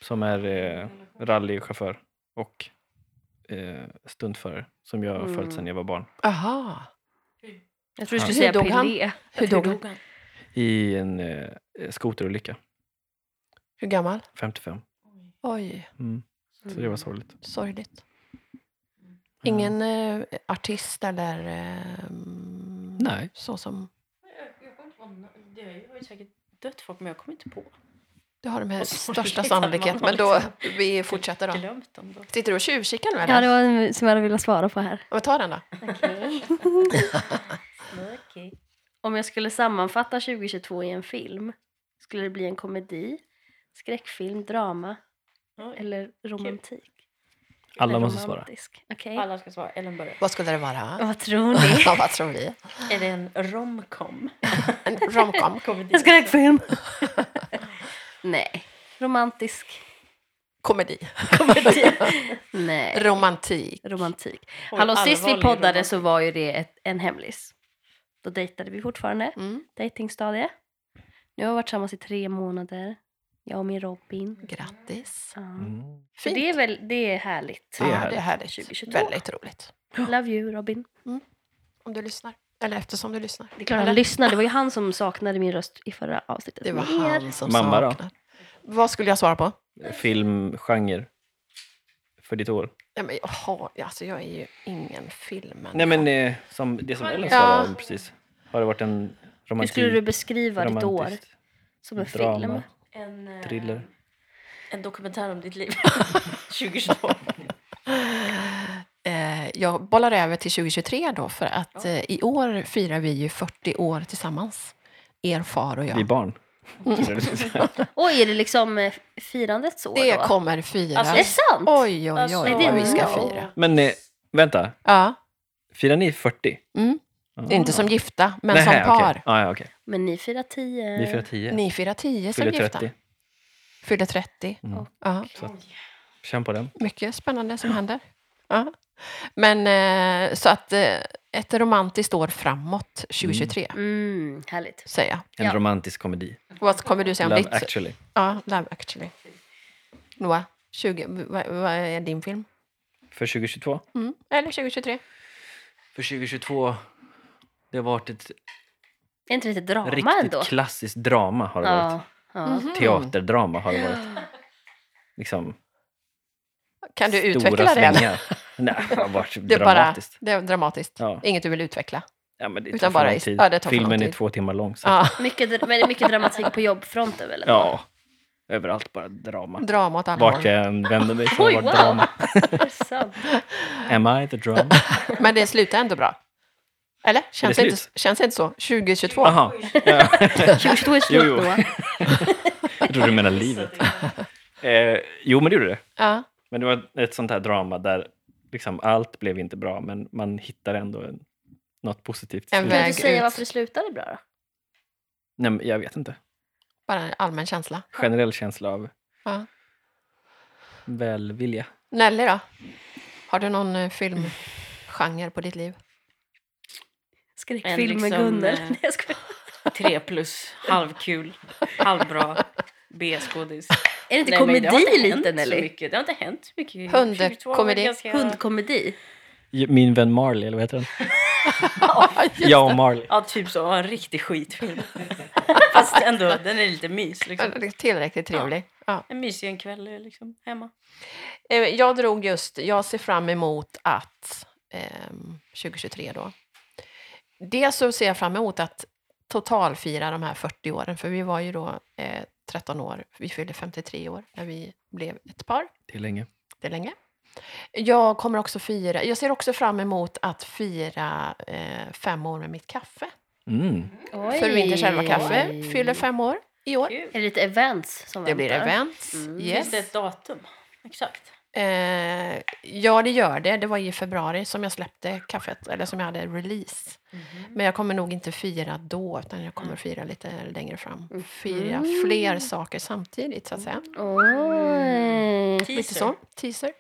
[SPEAKER 1] Som är eh, rallychaufför och eh, stuntförare som jag har
[SPEAKER 2] Mm.
[SPEAKER 1] följt sedan jag var barn.
[SPEAKER 3] Aha.
[SPEAKER 2] Jag tror
[SPEAKER 1] Ja.
[SPEAKER 2] du skulle
[SPEAKER 3] Hur
[SPEAKER 2] säga E.
[SPEAKER 3] dog han?
[SPEAKER 2] Pelé.
[SPEAKER 3] Hur dog han?
[SPEAKER 4] han?
[SPEAKER 1] I en eh, skoterolycka,
[SPEAKER 3] Hur gammal?
[SPEAKER 1] 55.
[SPEAKER 3] Oj,
[SPEAKER 1] Mm. Så det var sorgligt. Mm.
[SPEAKER 3] sorgligt. Ingen eh, artist eller eh,
[SPEAKER 1] Nej.
[SPEAKER 3] så som...
[SPEAKER 4] Jag kommer inte på någon- Det har ju säkert dött folk, men jag kommer inte på.
[SPEAKER 3] Det har de med
[SPEAKER 4] Och så-
[SPEAKER 3] största
[SPEAKER 4] exakt,
[SPEAKER 3] sannolikhet.
[SPEAKER 4] man har
[SPEAKER 3] Men då,
[SPEAKER 4] liksom
[SPEAKER 3] vi fortsätter då.
[SPEAKER 4] Glömt dem då.
[SPEAKER 3] Sitter du och tjuvkikar nu eller?
[SPEAKER 2] Ja, det var en som jag hade velat svara på här.
[SPEAKER 3] Ja, men ta den då.
[SPEAKER 4] Okej. Okej.
[SPEAKER 2] Om jag skulle sammanfatta 2022 i en film, skulle det bli en komedi, skräckfilm, drama
[SPEAKER 4] Oj.
[SPEAKER 2] eller romantik?
[SPEAKER 1] Alla
[SPEAKER 2] Eller
[SPEAKER 1] måste svara.
[SPEAKER 2] romantisk. Okej.
[SPEAKER 4] Alla ska svara. Ellen börjar.
[SPEAKER 3] Vad skulle det vara?
[SPEAKER 2] Vad tror
[SPEAKER 3] <laughs>
[SPEAKER 2] ni?
[SPEAKER 3] Ja, vad tror vi?
[SPEAKER 4] Är det en romcom?
[SPEAKER 3] En romcom?
[SPEAKER 4] Komedi.
[SPEAKER 2] En skräckfilm! <laughs> Nej. Romantisk
[SPEAKER 3] <laughs> Komedi?
[SPEAKER 2] komedi. Nej.
[SPEAKER 3] Romantik?
[SPEAKER 2] Romantik.
[SPEAKER 4] Oj,
[SPEAKER 2] Hallå, sist vi
[SPEAKER 4] allvarlig
[SPEAKER 2] poddade
[SPEAKER 4] romantik.
[SPEAKER 2] så var ju det ett, en hemlis. Då dejtade vi fortfarande.
[SPEAKER 3] Mm.
[SPEAKER 2] Dejtingstadie. Nu har vi varit tillsammans i tre månader. Jag och min Robin.
[SPEAKER 3] Grattis.
[SPEAKER 2] Ja.
[SPEAKER 1] Mm.
[SPEAKER 2] Så
[SPEAKER 3] Fint.
[SPEAKER 2] det är väl det är härligt.
[SPEAKER 1] Det är
[SPEAKER 3] ja, det är härligt.
[SPEAKER 2] 2022.
[SPEAKER 3] Väldigt roligt.
[SPEAKER 2] Love you Robin.
[SPEAKER 3] Om du lyssnar. Eller eftersom du lyssnar.
[SPEAKER 2] Det är klart han lyssnade. Det var ju han som saknade min röst i förra avsnittet.
[SPEAKER 3] Det var
[SPEAKER 2] Men er-
[SPEAKER 3] han som
[SPEAKER 1] Mamma då?
[SPEAKER 3] saknar. Vad skulle jag svara på?
[SPEAKER 1] Filmgenre för ditt år?
[SPEAKER 3] Nej, men, jaha, alltså, jag är ju ingen filmen.
[SPEAKER 1] Nej men eh, som, det som Ellen
[SPEAKER 3] Ja.
[SPEAKER 1] svarade om precis. Har det varit en
[SPEAKER 2] Hur
[SPEAKER 1] romantik?
[SPEAKER 2] skulle du beskriva ditt år?
[SPEAKER 1] romantiskt
[SPEAKER 2] Som en film?
[SPEAKER 1] drama,
[SPEAKER 4] En, eh,
[SPEAKER 1] thriller?
[SPEAKER 4] En dokumentär om
[SPEAKER 2] <laughs>
[SPEAKER 4] ditt liv. 2022.
[SPEAKER 3] Eh, jag bollar över till 2023 då, för att eh, i år firar vi ju 40 år tillsammans. Er far och
[SPEAKER 1] Vi <laughs>
[SPEAKER 3] jag.
[SPEAKER 1] barn. Mm.
[SPEAKER 2] Oj, är det liksom eh, firandets år
[SPEAKER 3] Det
[SPEAKER 2] då?
[SPEAKER 3] kommer firas.
[SPEAKER 2] Är det sant?
[SPEAKER 3] Oj, oj, oj,
[SPEAKER 4] Alltså,
[SPEAKER 2] Nej,
[SPEAKER 3] oj,
[SPEAKER 2] det är
[SPEAKER 3] vad vi ska
[SPEAKER 2] no.
[SPEAKER 3] fira.
[SPEAKER 1] men eh, vänta,
[SPEAKER 3] Ja,
[SPEAKER 1] firar ni 40?
[SPEAKER 3] Mm.
[SPEAKER 1] Ja.
[SPEAKER 3] inte som gifta, men
[SPEAKER 1] Nähä,
[SPEAKER 3] som
[SPEAKER 1] okej. Ah,
[SPEAKER 3] par. Mm.
[SPEAKER 1] Ja, ja, okej.
[SPEAKER 2] Men ni firar tio.
[SPEAKER 1] Ni firar 10,
[SPEAKER 3] Ni firar 10 som
[SPEAKER 1] fyller
[SPEAKER 3] gifta.
[SPEAKER 1] 30.
[SPEAKER 3] Fyller 30.
[SPEAKER 1] Mm.
[SPEAKER 3] Ja,
[SPEAKER 1] Känn på den.
[SPEAKER 3] mycket spännande som händer. Ja. Men eh, så att eh, ett romantiskt år framåt 2023,
[SPEAKER 2] Mm, härligt.
[SPEAKER 3] säger jag.
[SPEAKER 1] En
[SPEAKER 2] Ja.
[SPEAKER 1] romantisk komedi.
[SPEAKER 3] Vad kommer du säga om
[SPEAKER 1] Love
[SPEAKER 3] ditt?
[SPEAKER 1] actually.
[SPEAKER 3] Ja, Love actually. Noah, 20, vad, vad är din film?
[SPEAKER 1] För 2022?
[SPEAKER 3] Mm. Eller 2023?
[SPEAKER 1] För 2022, det har varit ett
[SPEAKER 2] Är inte lite drama
[SPEAKER 1] riktigt
[SPEAKER 2] ändå?
[SPEAKER 1] klassiskt drama har det varit.
[SPEAKER 2] Ja, ja.
[SPEAKER 3] Mhm.
[SPEAKER 1] Teaterdrama har det
[SPEAKER 3] <gasps>
[SPEAKER 1] varit. Liksom,
[SPEAKER 3] Kan du
[SPEAKER 1] stora
[SPEAKER 3] utveckla det? eller? <laughs>
[SPEAKER 1] svängar. Nej, det har varit
[SPEAKER 3] Det är
[SPEAKER 1] dramatiskt.
[SPEAKER 3] Bara, det är dramatiskt.
[SPEAKER 1] Ja.
[SPEAKER 3] Inget du vill utveckla.
[SPEAKER 1] Ja, men det tar
[SPEAKER 3] Utan
[SPEAKER 1] för
[SPEAKER 3] bara
[SPEAKER 1] lång
[SPEAKER 3] is-
[SPEAKER 1] tid.
[SPEAKER 3] ja, det tar för lång
[SPEAKER 1] Filmen är
[SPEAKER 3] tid.
[SPEAKER 1] två timmar lång. Så.
[SPEAKER 3] Ja,
[SPEAKER 2] Mycket, dra- men det är mycket dramatik på jobbfronten väl? ändå?
[SPEAKER 1] ja, överallt bara drama.
[SPEAKER 3] drama åt alla
[SPEAKER 1] Vart
[SPEAKER 3] håll.
[SPEAKER 1] jag än vänder mig så har
[SPEAKER 2] Oj,
[SPEAKER 1] det varit
[SPEAKER 2] wow.
[SPEAKER 1] drama.
[SPEAKER 2] Är det sant?
[SPEAKER 1] Am I the
[SPEAKER 3] <laughs>
[SPEAKER 1] drama?
[SPEAKER 3] Men det slutar ändå bra. Eller? Känns det,
[SPEAKER 1] det
[SPEAKER 3] inte,
[SPEAKER 1] slut?
[SPEAKER 3] känns det inte så? 2022?
[SPEAKER 1] Jaha. Ja.
[SPEAKER 2] 2022 är
[SPEAKER 1] Jo, jo.
[SPEAKER 2] slut då.
[SPEAKER 1] <laughs> Jag tror du menar livet. Eh, jo, men det gjorde det.
[SPEAKER 3] Ja.
[SPEAKER 1] Men det var ett sånt här drama där liksom allt blev inte bra, men man hittar ändå en, något positivt.
[SPEAKER 3] En
[SPEAKER 1] slut.
[SPEAKER 2] Kan du
[SPEAKER 3] Väg
[SPEAKER 2] inte säga
[SPEAKER 3] ut.
[SPEAKER 2] varför det slutade bra då?
[SPEAKER 1] Nej, men jag vet inte.
[SPEAKER 3] Bara en allmän känsla.
[SPEAKER 1] Generell känsla av
[SPEAKER 3] Ja.
[SPEAKER 1] välvilja.
[SPEAKER 3] Nelly då? Har du någon eh, filmgenre på ditt liv?
[SPEAKER 2] Skräckfilm
[SPEAKER 4] En
[SPEAKER 2] med
[SPEAKER 4] liksom,
[SPEAKER 2] Gunnel.
[SPEAKER 4] eh,
[SPEAKER 2] Nej, jag skojar.
[SPEAKER 4] Tre plus. Halvkul. Halvbra. B-skådis.
[SPEAKER 2] Är det inte
[SPEAKER 4] Nej, men
[SPEAKER 2] komedi
[SPEAKER 4] det har inte hänt
[SPEAKER 2] lite
[SPEAKER 4] så
[SPEAKER 2] Nelly?
[SPEAKER 4] mycket. Det har inte hänt så mycket. i
[SPEAKER 3] Hund-
[SPEAKER 4] 2022 var
[SPEAKER 3] komedi.
[SPEAKER 4] ganska-
[SPEAKER 2] Hundkomedi?
[SPEAKER 1] Min vän Marley, eller vad heter den?
[SPEAKER 3] <laughs>
[SPEAKER 1] jag och Marley.
[SPEAKER 4] Ja, typ så. Ja, En riktig skitfilm. Fast ändå, den är lite mys. Liksom.
[SPEAKER 3] Eh, Tillräckligt trevlig. Ja.
[SPEAKER 4] En mysig en kväll liksom, hemma.
[SPEAKER 3] Eh, Jag drog just, jag ser fram emot att ehm, 2023 då. Dels så ser jag fram emot att totalfira de här 40 åren, för vi var ju då eh, 13 år, vi fyllde 53 år när vi blev ett par
[SPEAKER 1] Det är länge.
[SPEAKER 3] det länge. Jag kommer också fira, jag ser också fram emot att fira eh, fem år med mitt kaffe.
[SPEAKER 1] Mm.
[SPEAKER 2] Oj.
[SPEAKER 3] För inte själva kaffe fyller fem år i år.
[SPEAKER 4] Kul.
[SPEAKER 2] Är det lite events som
[SPEAKER 3] Det blir
[SPEAKER 2] väntar?
[SPEAKER 3] events.
[SPEAKER 2] Mm.
[SPEAKER 4] Finns
[SPEAKER 3] Yes.
[SPEAKER 4] det ett datum? Exakt.
[SPEAKER 3] Eh, ja, det gör det. Det var i februari som jag släppte kaffet, eller som jag hade release. Men jag kommer nog inte fira då, utan jag kommer fira lite längre fram. Fira
[SPEAKER 2] Mhm.
[SPEAKER 3] fler saker samtidigt, så att säga.
[SPEAKER 2] Oj.
[SPEAKER 3] Lite så. Teaser.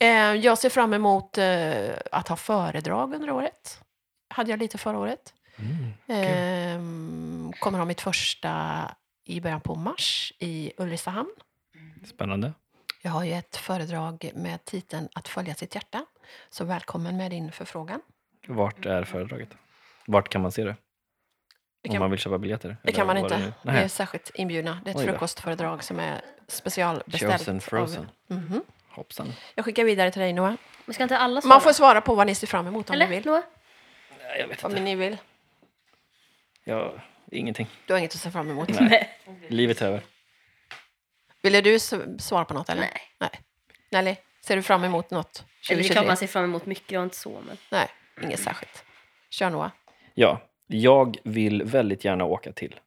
[SPEAKER 3] Eh, jag ser fram emot eh, att ha föredrag under året. Hade jag lite förra året.
[SPEAKER 1] Mm.
[SPEAKER 3] Ehm, kommer ha mitt första i början på mars i Ulricehamn.
[SPEAKER 1] Spännande.
[SPEAKER 3] Jag har ju ett föredrag med titeln Att följa sitt hjärta. Så välkommen med din förfrågan.
[SPEAKER 1] Vart är föredraget? Vart kan man se det?
[SPEAKER 3] Det
[SPEAKER 1] Om
[SPEAKER 3] kan,
[SPEAKER 1] man vill köpa biljetter?
[SPEAKER 3] det
[SPEAKER 1] eller
[SPEAKER 3] kan man
[SPEAKER 1] vad det
[SPEAKER 3] inte.
[SPEAKER 1] nu-
[SPEAKER 3] Vi är
[SPEAKER 1] Nej.
[SPEAKER 3] särskilt inbjudna. Det är
[SPEAKER 1] Oj
[SPEAKER 3] ett
[SPEAKER 1] då.
[SPEAKER 3] frukostföredrag som är specialbeställt.
[SPEAKER 1] Chosen
[SPEAKER 3] av-
[SPEAKER 1] frozen.
[SPEAKER 3] Mhm.
[SPEAKER 1] Hoppsan.
[SPEAKER 3] Jag skickar vidare till dig Noah.
[SPEAKER 2] Men ska inte alla svara?
[SPEAKER 3] Man får svara på vad ni ser fram emot om
[SPEAKER 2] Eller?
[SPEAKER 3] ni vill.
[SPEAKER 2] Noah?
[SPEAKER 1] Nej, jag vet
[SPEAKER 3] Om
[SPEAKER 1] inte.
[SPEAKER 3] ni vill.
[SPEAKER 1] Jag, ingenting.
[SPEAKER 3] Du har inget att se fram emot.
[SPEAKER 1] Nej. Livet är över.
[SPEAKER 3] Ville du s- svara på något eller?
[SPEAKER 2] Nej.
[SPEAKER 3] Nej. Nelly, ser du fram emot något
[SPEAKER 2] Eller det är
[SPEAKER 3] 2023?
[SPEAKER 2] klart man ser fram emot mycket, jag har inte så men.
[SPEAKER 3] Nej, inget särskilt. Kör Noah.
[SPEAKER 1] Ja, jag vill väldigt gärna åka till.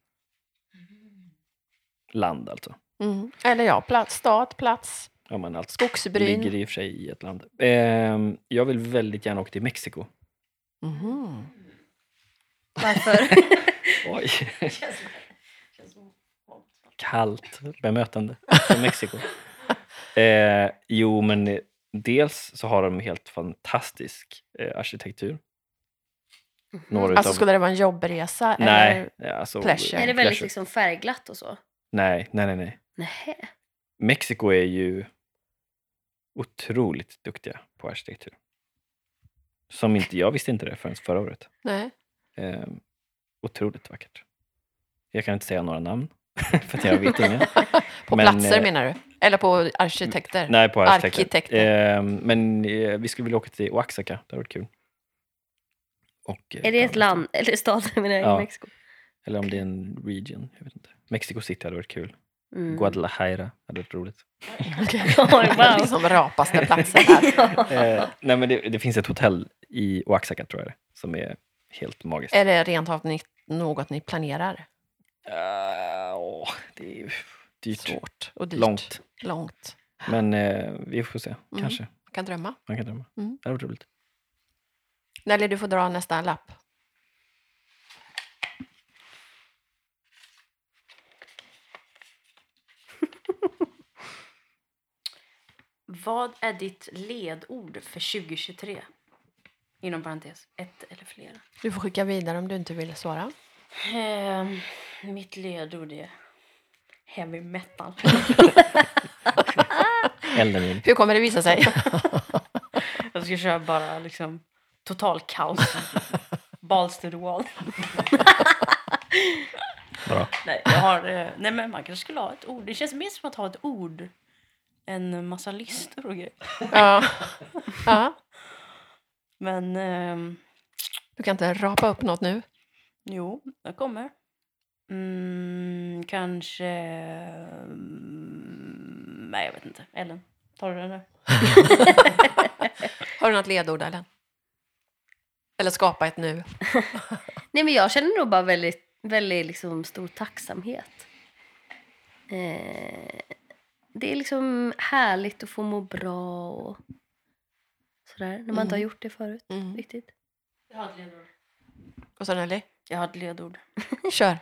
[SPEAKER 1] Land alltså.
[SPEAKER 3] Mm. Eller ja, plats, stad, plats,
[SPEAKER 1] Ja, men allt
[SPEAKER 3] skogsbryn.
[SPEAKER 1] ligger i och för sig i ett land. Ehm, jag vill väldigt gärna åka till Mexiko. Mm.
[SPEAKER 3] Mhm.
[SPEAKER 2] Varför? <laughs>
[SPEAKER 1] Oj. Kallt
[SPEAKER 2] <laughs>
[SPEAKER 1] bemötande från Mexiko. Eh, jo, men eh, dels så har de helt fantastisk eh, arkitektur.
[SPEAKER 2] Mm-hmm.
[SPEAKER 1] Några
[SPEAKER 3] Alltså
[SPEAKER 1] utav-
[SPEAKER 3] skulle det vara en jobbresa?
[SPEAKER 1] Nej,
[SPEAKER 3] Eller?
[SPEAKER 1] eh, alltså,
[SPEAKER 3] pleasure?
[SPEAKER 2] är det väldigt
[SPEAKER 1] pleasure.
[SPEAKER 2] liksom färgglatt och så?
[SPEAKER 1] Nej, nej, nej, nej.
[SPEAKER 2] Nej.
[SPEAKER 1] Mexiko är ju otroligt duktiga på arkitektur. Som inte, jag visste inte det förrän förra året.
[SPEAKER 3] Nej.
[SPEAKER 1] Eh, otroligt vackert. Jag kan inte säga några namn, <laughs> för att jag vet inga.
[SPEAKER 3] <laughs> På
[SPEAKER 1] Men,
[SPEAKER 3] platser
[SPEAKER 1] eh,
[SPEAKER 3] menar du? Eller på arkitekter?
[SPEAKER 1] Nej, på arkitekter.
[SPEAKER 3] Arkitekter.
[SPEAKER 1] Eh, men eh, vi skulle vilja åka till Oaxaca, det hade varit kul. Och, eh,
[SPEAKER 2] Är det ett land, eller stad, <laughs> menar jag,
[SPEAKER 1] Ja.
[SPEAKER 2] i Mexiko?
[SPEAKER 1] Eller om det är en region, jag vet inte. Mexico City hade varit kul.
[SPEAKER 2] Mm.
[SPEAKER 1] Guadalajara hade varit roligt.
[SPEAKER 3] <laughs> Okej.
[SPEAKER 2] <laughs> Oj, <laughs> wow.
[SPEAKER 3] liksom rapaste platsen här.
[SPEAKER 2] <laughs>
[SPEAKER 1] Eh, nej, men det, det finns ett hotell i Oaxaca, tror jag det är, som är helt magiskt.
[SPEAKER 3] Är det rent av ni, något ni planerar?
[SPEAKER 1] Eh, åh, det är ju dyrt.
[SPEAKER 3] Svårt och dyrt.
[SPEAKER 1] Långt.
[SPEAKER 3] Långt.
[SPEAKER 1] Men eh, vi får se.
[SPEAKER 3] Mm.
[SPEAKER 1] Kanske.
[SPEAKER 3] Man kan drömma.
[SPEAKER 1] Man kan drömma.
[SPEAKER 3] Mm.
[SPEAKER 1] Det hade varit roligt.
[SPEAKER 3] Nelly, du får dra nästa lapp.
[SPEAKER 4] Vad är ditt ledord för 2023? Inom parentes, ett eller flera.
[SPEAKER 3] Du får skicka vidare om du inte vill svara.
[SPEAKER 4] Ehm, mitt ledord är heavy metal.
[SPEAKER 1] Elden vill.
[SPEAKER 3] Hur kommer det visa sig? <laughs>
[SPEAKER 4] Jag ska köra bara liksom total kaos. Balls to the wall.
[SPEAKER 1] Bra.
[SPEAKER 4] Nej, jag har, eh, nej men man kanske skulle ha ett ord. Det känns mer som att ha ett ord än massa listor och grejer.
[SPEAKER 3] ja. ja.
[SPEAKER 4] Men ehm,
[SPEAKER 3] Du kan inte rapa upp något nu.
[SPEAKER 4] jo, jag kommer. Mm, kanske... Mm, nej, jag vet inte. Ellen, tar du den nu?
[SPEAKER 3] Har du något ledord, Ellen? Eller skapa ett nu. Mm.
[SPEAKER 2] Nej, men jag känner nog bara väldigt, väldigt liksom stor tacksamhet. Eh, det är liksom härligt att få må bra och sådär, när man inte har gjort det förut
[SPEAKER 3] Mm.
[SPEAKER 2] riktigt.
[SPEAKER 4] Jag har ett ledord.
[SPEAKER 3] Och så Nelly,
[SPEAKER 4] Jag har ett ledord.
[SPEAKER 3] kör.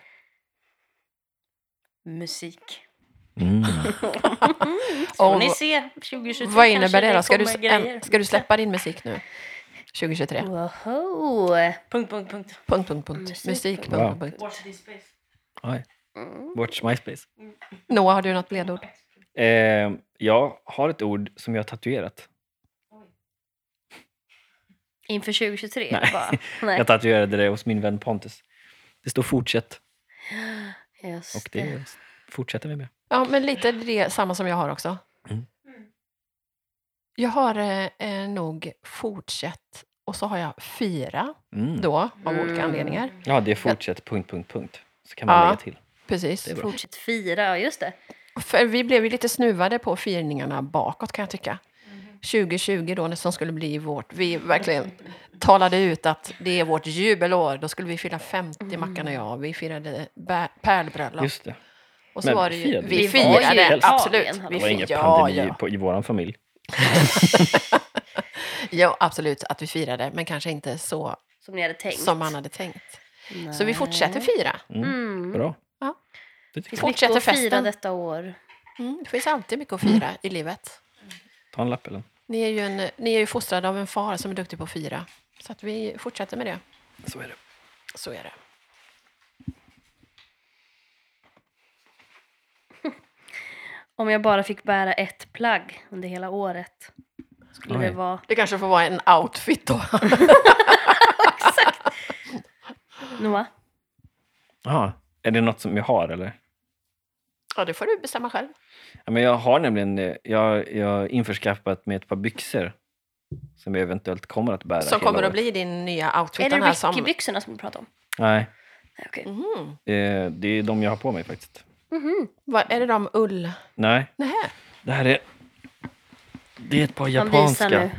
[SPEAKER 4] Musik.
[SPEAKER 1] Mm.
[SPEAKER 4] Får
[SPEAKER 3] Och
[SPEAKER 4] ni se 2023
[SPEAKER 3] vad innebär det
[SPEAKER 4] kanske
[SPEAKER 3] då? Ska du,
[SPEAKER 4] kommer
[SPEAKER 3] äm,
[SPEAKER 4] grejer. Mm.
[SPEAKER 3] ska du släppa din musik nu? 2023.
[SPEAKER 2] Wow.
[SPEAKER 4] Punkt, punkt, punkt.
[SPEAKER 3] Punkt, punkt, punkt.
[SPEAKER 2] Musik.
[SPEAKER 3] Musik, punkt,
[SPEAKER 1] Wow.
[SPEAKER 3] punkt, punkt.
[SPEAKER 4] Watch this space.
[SPEAKER 1] Oj.
[SPEAKER 2] Mm.
[SPEAKER 1] Watch MySpace.
[SPEAKER 3] Noah, har du något ledord?
[SPEAKER 1] Eh, jag har ett ord som jag har tatuerat.
[SPEAKER 2] Inför 2023?
[SPEAKER 1] Nej.
[SPEAKER 2] Bara. Nej.
[SPEAKER 1] Jag tatuerade det hos min vän Pontus. Det står fortsätt
[SPEAKER 2] Just
[SPEAKER 1] och
[SPEAKER 3] Eh.
[SPEAKER 1] det fortsätter vi med.
[SPEAKER 3] Ja, men lite det, samma som jag har också.
[SPEAKER 1] Mm.
[SPEAKER 3] Jag har eh, eh, nog fortsatt och så har jag fyra
[SPEAKER 1] Mm.
[SPEAKER 3] då av olika
[SPEAKER 4] Mm.
[SPEAKER 3] anledningar.
[SPEAKER 1] Ja, det är fortsätt, punkt, punkt, punkt. Så kan man
[SPEAKER 3] Ja.
[SPEAKER 1] lägga till.
[SPEAKER 3] Precis.
[SPEAKER 1] Det är bra.
[SPEAKER 2] Fortsätt fira, just det.
[SPEAKER 3] För vi blev ju lite snuvade på firningarna bakåt kan jag tycka. 2020 då, när som skulle bli vårt... Vi verkligen talade ut att det är vårt jubelår. Då skulle vi fira 50, Mackan och jag. Vi firade bä- pärlbröllop.
[SPEAKER 1] Just det.
[SPEAKER 3] Och så
[SPEAKER 1] men
[SPEAKER 3] var det ju...
[SPEAKER 1] firade
[SPEAKER 3] Vi
[SPEAKER 1] vi?
[SPEAKER 4] Vi var ju
[SPEAKER 3] firade,
[SPEAKER 1] helt-
[SPEAKER 3] absolut.
[SPEAKER 2] Ja,
[SPEAKER 1] Det
[SPEAKER 3] Vi
[SPEAKER 1] var
[SPEAKER 3] fi-
[SPEAKER 1] ingen
[SPEAKER 3] ja,
[SPEAKER 1] pandemi
[SPEAKER 3] ja.
[SPEAKER 1] På, i vår familj.
[SPEAKER 3] ja, absolut att vi firade, men kanske inte så
[SPEAKER 2] Som ni hade tänkt.
[SPEAKER 3] som man hade tänkt.
[SPEAKER 2] Nej.
[SPEAKER 3] Så vi fortsätter fira.
[SPEAKER 1] Mm.
[SPEAKER 2] Mm.
[SPEAKER 1] Bra.
[SPEAKER 3] Ja.
[SPEAKER 1] Det tycker
[SPEAKER 2] Finns
[SPEAKER 1] jag.
[SPEAKER 3] Fortsätter
[SPEAKER 2] mycket att fira
[SPEAKER 3] festen.
[SPEAKER 2] detta år.
[SPEAKER 3] Mm, det finns alltid mycket att fira i livet.
[SPEAKER 1] Ta en lapp eller en.
[SPEAKER 3] Ni är, ju en, ni är ju fostrade av en far som är duktig på att fira. Så att vi fortsätter med det.
[SPEAKER 1] Så är det.
[SPEAKER 3] Så är det.
[SPEAKER 2] Om jag bara fick bära ett plagg under hela året skulle
[SPEAKER 1] Oj.
[SPEAKER 2] det vara...
[SPEAKER 3] Det kanske får vara en outfit då. <laughs>
[SPEAKER 2] Exakt! Noah?
[SPEAKER 1] Jaha, är det något som jag har eller?
[SPEAKER 3] Ja, det får du bestämma själv.
[SPEAKER 1] Ja, men jag har nämligen eh, jag, jag har införskaffat med ett par byxor som jag eventuellt kommer att bära
[SPEAKER 3] Som
[SPEAKER 1] hela
[SPEAKER 3] kommer att
[SPEAKER 1] året.
[SPEAKER 3] bli din nya outfit.
[SPEAKER 2] Är det
[SPEAKER 3] den här som...
[SPEAKER 2] Ricky-byxorna som du pratar om?
[SPEAKER 1] Nej,
[SPEAKER 2] Nej, Okej.
[SPEAKER 3] Mhm.
[SPEAKER 1] eh, det är de jag har på mig faktiskt.
[SPEAKER 3] Vad, är det de ull...
[SPEAKER 1] Nej,
[SPEAKER 3] Nähä.
[SPEAKER 1] det här är... Det är ett par
[SPEAKER 2] Han
[SPEAKER 1] japanska
[SPEAKER 2] visar nu.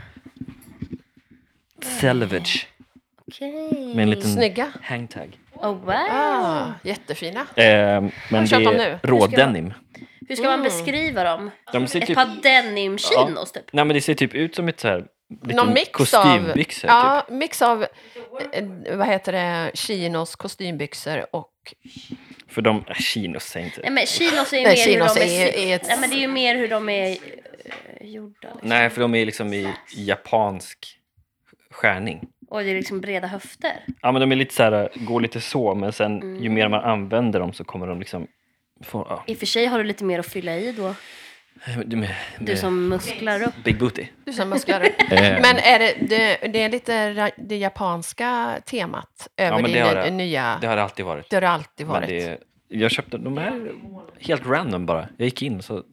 [SPEAKER 1] Selvage
[SPEAKER 2] Okej.
[SPEAKER 1] med en liten
[SPEAKER 3] Snygga.
[SPEAKER 1] hangtag.
[SPEAKER 2] Oh, wow.
[SPEAKER 3] Ah, jättefina.
[SPEAKER 1] Eh,
[SPEAKER 3] du
[SPEAKER 1] men det
[SPEAKER 3] köpt dem
[SPEAKER 1] är
[SPEAKER 3] nu?
[SPEAKER 1] rådenim.
[SPEAKER 2] Hur ska man beskriva dem?
[SPEAKER 1] De ser
[SPEAKER 2] Ett
[SPEAKER 1] typ,
[SPEAKER 2] par denim-chinos typ?
[SPEAKER 1] nej, men det ser typ ut som ett så här,
[SPEAKER 3] Någon
[SPEAKER 1] liten
[SPEAKER 3] mix
[SPEAKER 1] kostymbyxor.
[SPEAKER 3] av...
[SPEAKER 1] Typ.
[SPEAKER 3] Ja, mix av... Eh, vad heter det? Chinos, kostymbyxor och...
[SPEAKER 1] För de... Äh, chinos säger inte.
[SPEAKER 2] Nej men chinos är ju
[SPEAKER 3] Nej,
[SPEAKER 2] mer hur
[SPEAKER 3] chinos
[SPEAKER 2] de är,
[SPEAKER 3] är ju- är ett-
[SPEAKER 2] Nej men det är ju mer hur de är eh, gjorda. Liksom.
[SPEAKER 1] Nej, för de är liksom i japansk skärning.
[SPEAKER 2] Och det är liksom breda höfter.
[SPEAKER 1] Ja, men de är lite så här, äh, går lite så, men sen ju mer man använder dem så kommer de liksom... Få, ja.
[SPEAKER 2] I och för sig har du lite mer att fylla i då.
[SPEAKER 1] Du, med,
[SPEAKER 2] Du som musklar upp.
[SPEAKER 1] Big booty.
[SPEAKER 3] Du som musklar <laughs> upp.
[SPEAKER 1] Eh,
[SPEAKER 3] Men är det, det, det är lite ra- det japanska temat över
[SPEAKER 1] Ja, men det har
[SPEAKER 3] din
[SPEAKER 1] det.
[SPEAKER 3] nya...
[SPEAKER 1] det har det alltid varit.
[SPEAKER 3] Det har det alltid
[SPEAKER 1] Men
[SPEAKER 3] varit.
[SPEAKER 1] det, jag köpte de här helt random bara. Jag gick in och så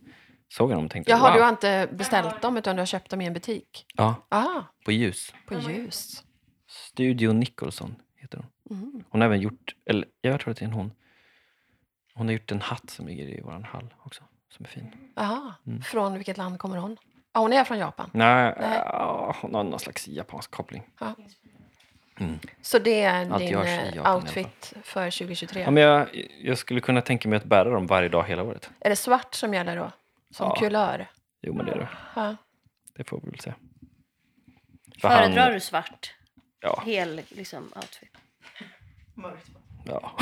[SPEAKER 1] såg jag dem och tänkte
[SPEAKER 3] Jaha,
[SPEAKER 1] wow.
[SPEAKER 3] du har inte beställt dem utan du har köpt dem i en butik?
[SPEAKER 1] Ja,
[SPEAKER 3] Ah,
[SPEAKER 1] på ljus.
[SPEAKER 3] på ljus.
[SPEAKER 1] Studio Nicholson heter hon.
[SPEAKER 3] Mm.
[SPEAKER 1] Hon har även gjort, eller jag tror att det är en hon. Hon har gjort en hatt som ligger i vår hall också, som är fin.
[SPEAKER 3] Aha.
[SPEAKER 1] Mm.
[SPEAKER 3] Från vilket land kommer hon? Ja, hon är från Japan.
[SPEAKER 1] Nej,
[SPEAKER 3] Nej.
[SPEAKER 1] ja, hon har någon slags japansk koppling.
[SPEAKER 3] Så det är
[SPEAKER 1] Allt
[SPEAKER 3] din
[SPEAKER 1] görs i
[SPEAKER 3] eh,
[SPEAKER 1] Japan i alla
[SPEAKER 3] outfit för 2023.
[SPEAKER 1] Ja, men jag, jag skulle kunna tänka mig att bära dem varje dag hela året.
[SPEAKER 3] Är det svart som gäller då? Som
[SPEAKER 1] Ja.
[SPEAKER 3] kulör?
[SPEAKER 1] Jo, men det är det.
[SPEAKER 3] Ja.
[SPEAKER 1] Det får vi väl se. För han-
[SPEAKER 2] Föredrar du svart?
[SPEAKER 1] Ja.
[SPEAKER 2] Hel liksom, outfit.
[SPEAKER 1] Ja. <laughs>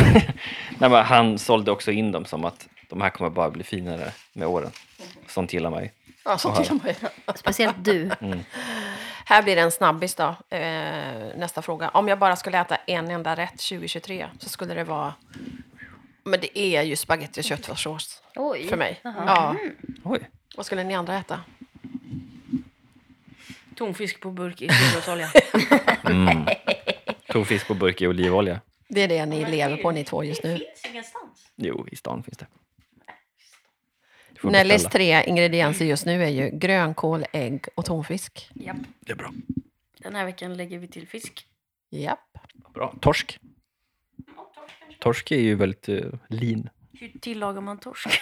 [SPEAKER 1] Nej, men han sålde också in dem som att de här kommer bara bli finare med åren. Sånt gillar mig.
[SPEAKER 3] Ja, så till och med.
[SPEAKER 2] Speciellt du.
[SPEAKER 3] Här blir det en snabbis då. Eh, nästa fråga. Om jag bara skulle äta en enda rätt 2023 så skulle det vara... Men det är ju spagetti och köttfärssås
[SPEAKER 2] Oj.
[SPEAKER 3] för mig.
[SPEAKER 2] Jaha.
[SPEAKER 3] Ja.
[SPEAKER 1] Oj.
[SPEAKER 3] Vad skulle ni andra äta?
[SPEAKER 4] Tonfisk
[SPEAKER 3] <laughs>
[SPEAKER 4] på burk i solrosolja.
[SPEAKER 1] Tog fisk på burk i olivolja.
[SPEAKER 3] Det är det ni lever på ni två just nu.
[SPEAKER 4] finns ingenstans.
[SPEAKER 1] Jo, i stan finns det. Du får
[SPEAKER 3] Nellies
[SPEAKER 1] beställa.
[SPEAKER 3] tre ingredienser just nu är ju grönkål, ägg och tonfisk.
[SPEAKER 4] Japp.
[SPEAKER 1] Det är bra.
[SPEAKER 4] Den här veckan lägger vi till fisk.
[SPEAKER 3] Japp.
[SPEAKER 1] bra. Torsk. Torsk är ju väldigt uh, lean.
[SPEAKER 4] Hur tillagar man torsk? <laughs>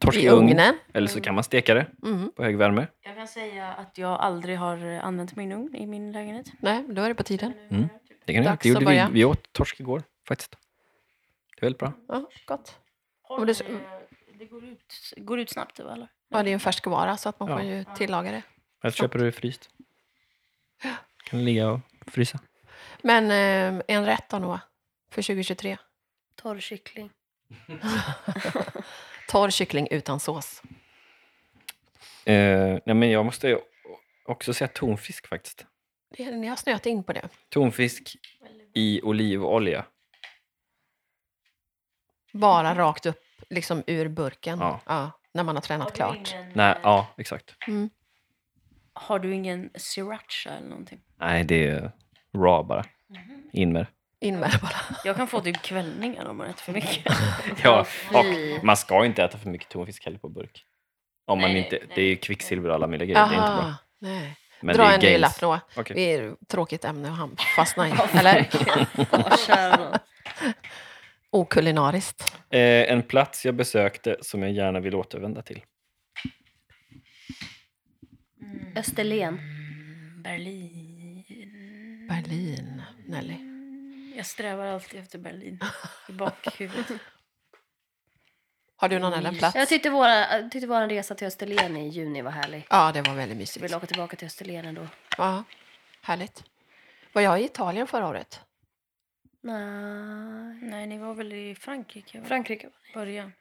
[SPEAKER 1] Torsk
[SPEAKER 3] I
[SPEAKER 1] i ugn.
[SPEAKER 3] ugnen.
[SPEAKER 1] Eller så kan man steka det
[SPEAKER 3] Mm.
[SPEAKER 1] på hög värme.
[SPEAKER 4] Jag kan säga att jag aldrig har använt min ugn i min lägenhet.
[SPEAKER 3] Nej, då är det på tiden.
[SPEAKER 1] Mm. Det, kan jag.
[SPEAKER 3] Dags
[SPEAKER 1] det gjorde
[SPEAKER 3] att börja.
[SPEAKER 1] vi. Vi åt torsk igår faktiskt. Det är väldigt bra.
[SPEAKER 3] Ja, gott.
[SPEAKER 4] Har
[SPEAKER 3] det-
[SPEAKER 4] det, det går, ut, går ut snabbt va, eller?
[SPEAKER 3] Ja, det är en färskvara så att man
[SPEAKER 1] Ja.
[SPEAKER 3] får ju tillaga det.
[SPEAKER 1] Jag köper du det fryst. Kan ligga och frysa.
[SPEAKER 3] Men eh, en rätt då Noah, för 2023.
[SPEAKER 2] Torr kyckling.
[SPEAKER 3] Torr kyckling utan sås.
[SPEAKER 1] Eh, nej, men jag måste ju också säga tonfisk faktiskt.
[SPEAKER 3] Det, ni har snöat in på det.
[SPEAKER 1] Tonfisk i olivolja.
[SPEAKER 3] Bara rakt upp, liksom ur burken. Ja.
[SPEAKER 1] Ja.
[SPEAKER 3] när man har tränat klart.
[SPEAKER 4] eh,
[SPEAKER 1] Nej, ja, exakt.
[SPEAKER 4] Har du ingen sriracha eller någonting?
[SPEAKER 1] Nej, det är raw bara.
[SPEAKER 3] Mm-hmm.
[SPEAKER 1] In med det.
[SPEAKER 3] In med det bara.
[SPEAKER 4] Jag kan få typ kvällningar om man äter för mycket.
[SPEAKER 1] Ja,
[SPEAKER 2] fy.
[SPEAKER 1] och man ska inte äta för mycket tonfisk heller på burk. Om man
[SPEAKER 4] Nej,
[SPEAKER 1] inte,
[SPEAKER 4] nej.
[SPEAKER 1] det är ju kvicksilver och alla möjliga grejer, det är inte bra.
[SPEAKER 3] Aha, nej.
[SPEAKER 1] Men
[SPEAKER 3] Dra
[SPEAKER 1] det är
[SPEAKER 3] en ny
[SPEAKER 1] gains.
[SPEAKER 3] lapp Noah.
[SPEAKER 1] Okej.
[SPEAKER 3] Det är ett tråkigt ämne att ham-
[SPEAKER 2] <laughs>
[SPEAKER 3] fastna i. Eller?
[SPEAKER 4] Ja, kära nån.
[SPEAKER 3] Okulinariskt.
[SPEAKER 1] Eh, en plats jag besökte som jag gärna vill återvända till.
[SPEAKER 2] Österlen.
[SPEAKER 4] <laughs> Berlin.
[SPEAKER 3] Berlin, Nelly.
[SPEAKER 4] Jag strävar alltid efter Berlin i bakhuvudet. <laughs>
[SPEAKER 3] Har du någon annan plats?
[SPEAKER 2] Jag tyckte våran, tyckte våran resa till Österlen i juni var härlig.
[SPEAKER 3] Ja, det var väldigt
[SPEAKER 2] Jag
[SPEAKER 3] mysigt.
[SPEAKER 2] vill åka tillbaka till Österlen ändå.
[SPEAKER 3] Ja, härligt. Var jag i Italien förra året?
[SPEAKER 2] Nej.
[SPEAKER 4] Nej, ni var väl i Frankrike? va?
[SPEAKER 2] Frankrike.
[SPEAKER 4] Början.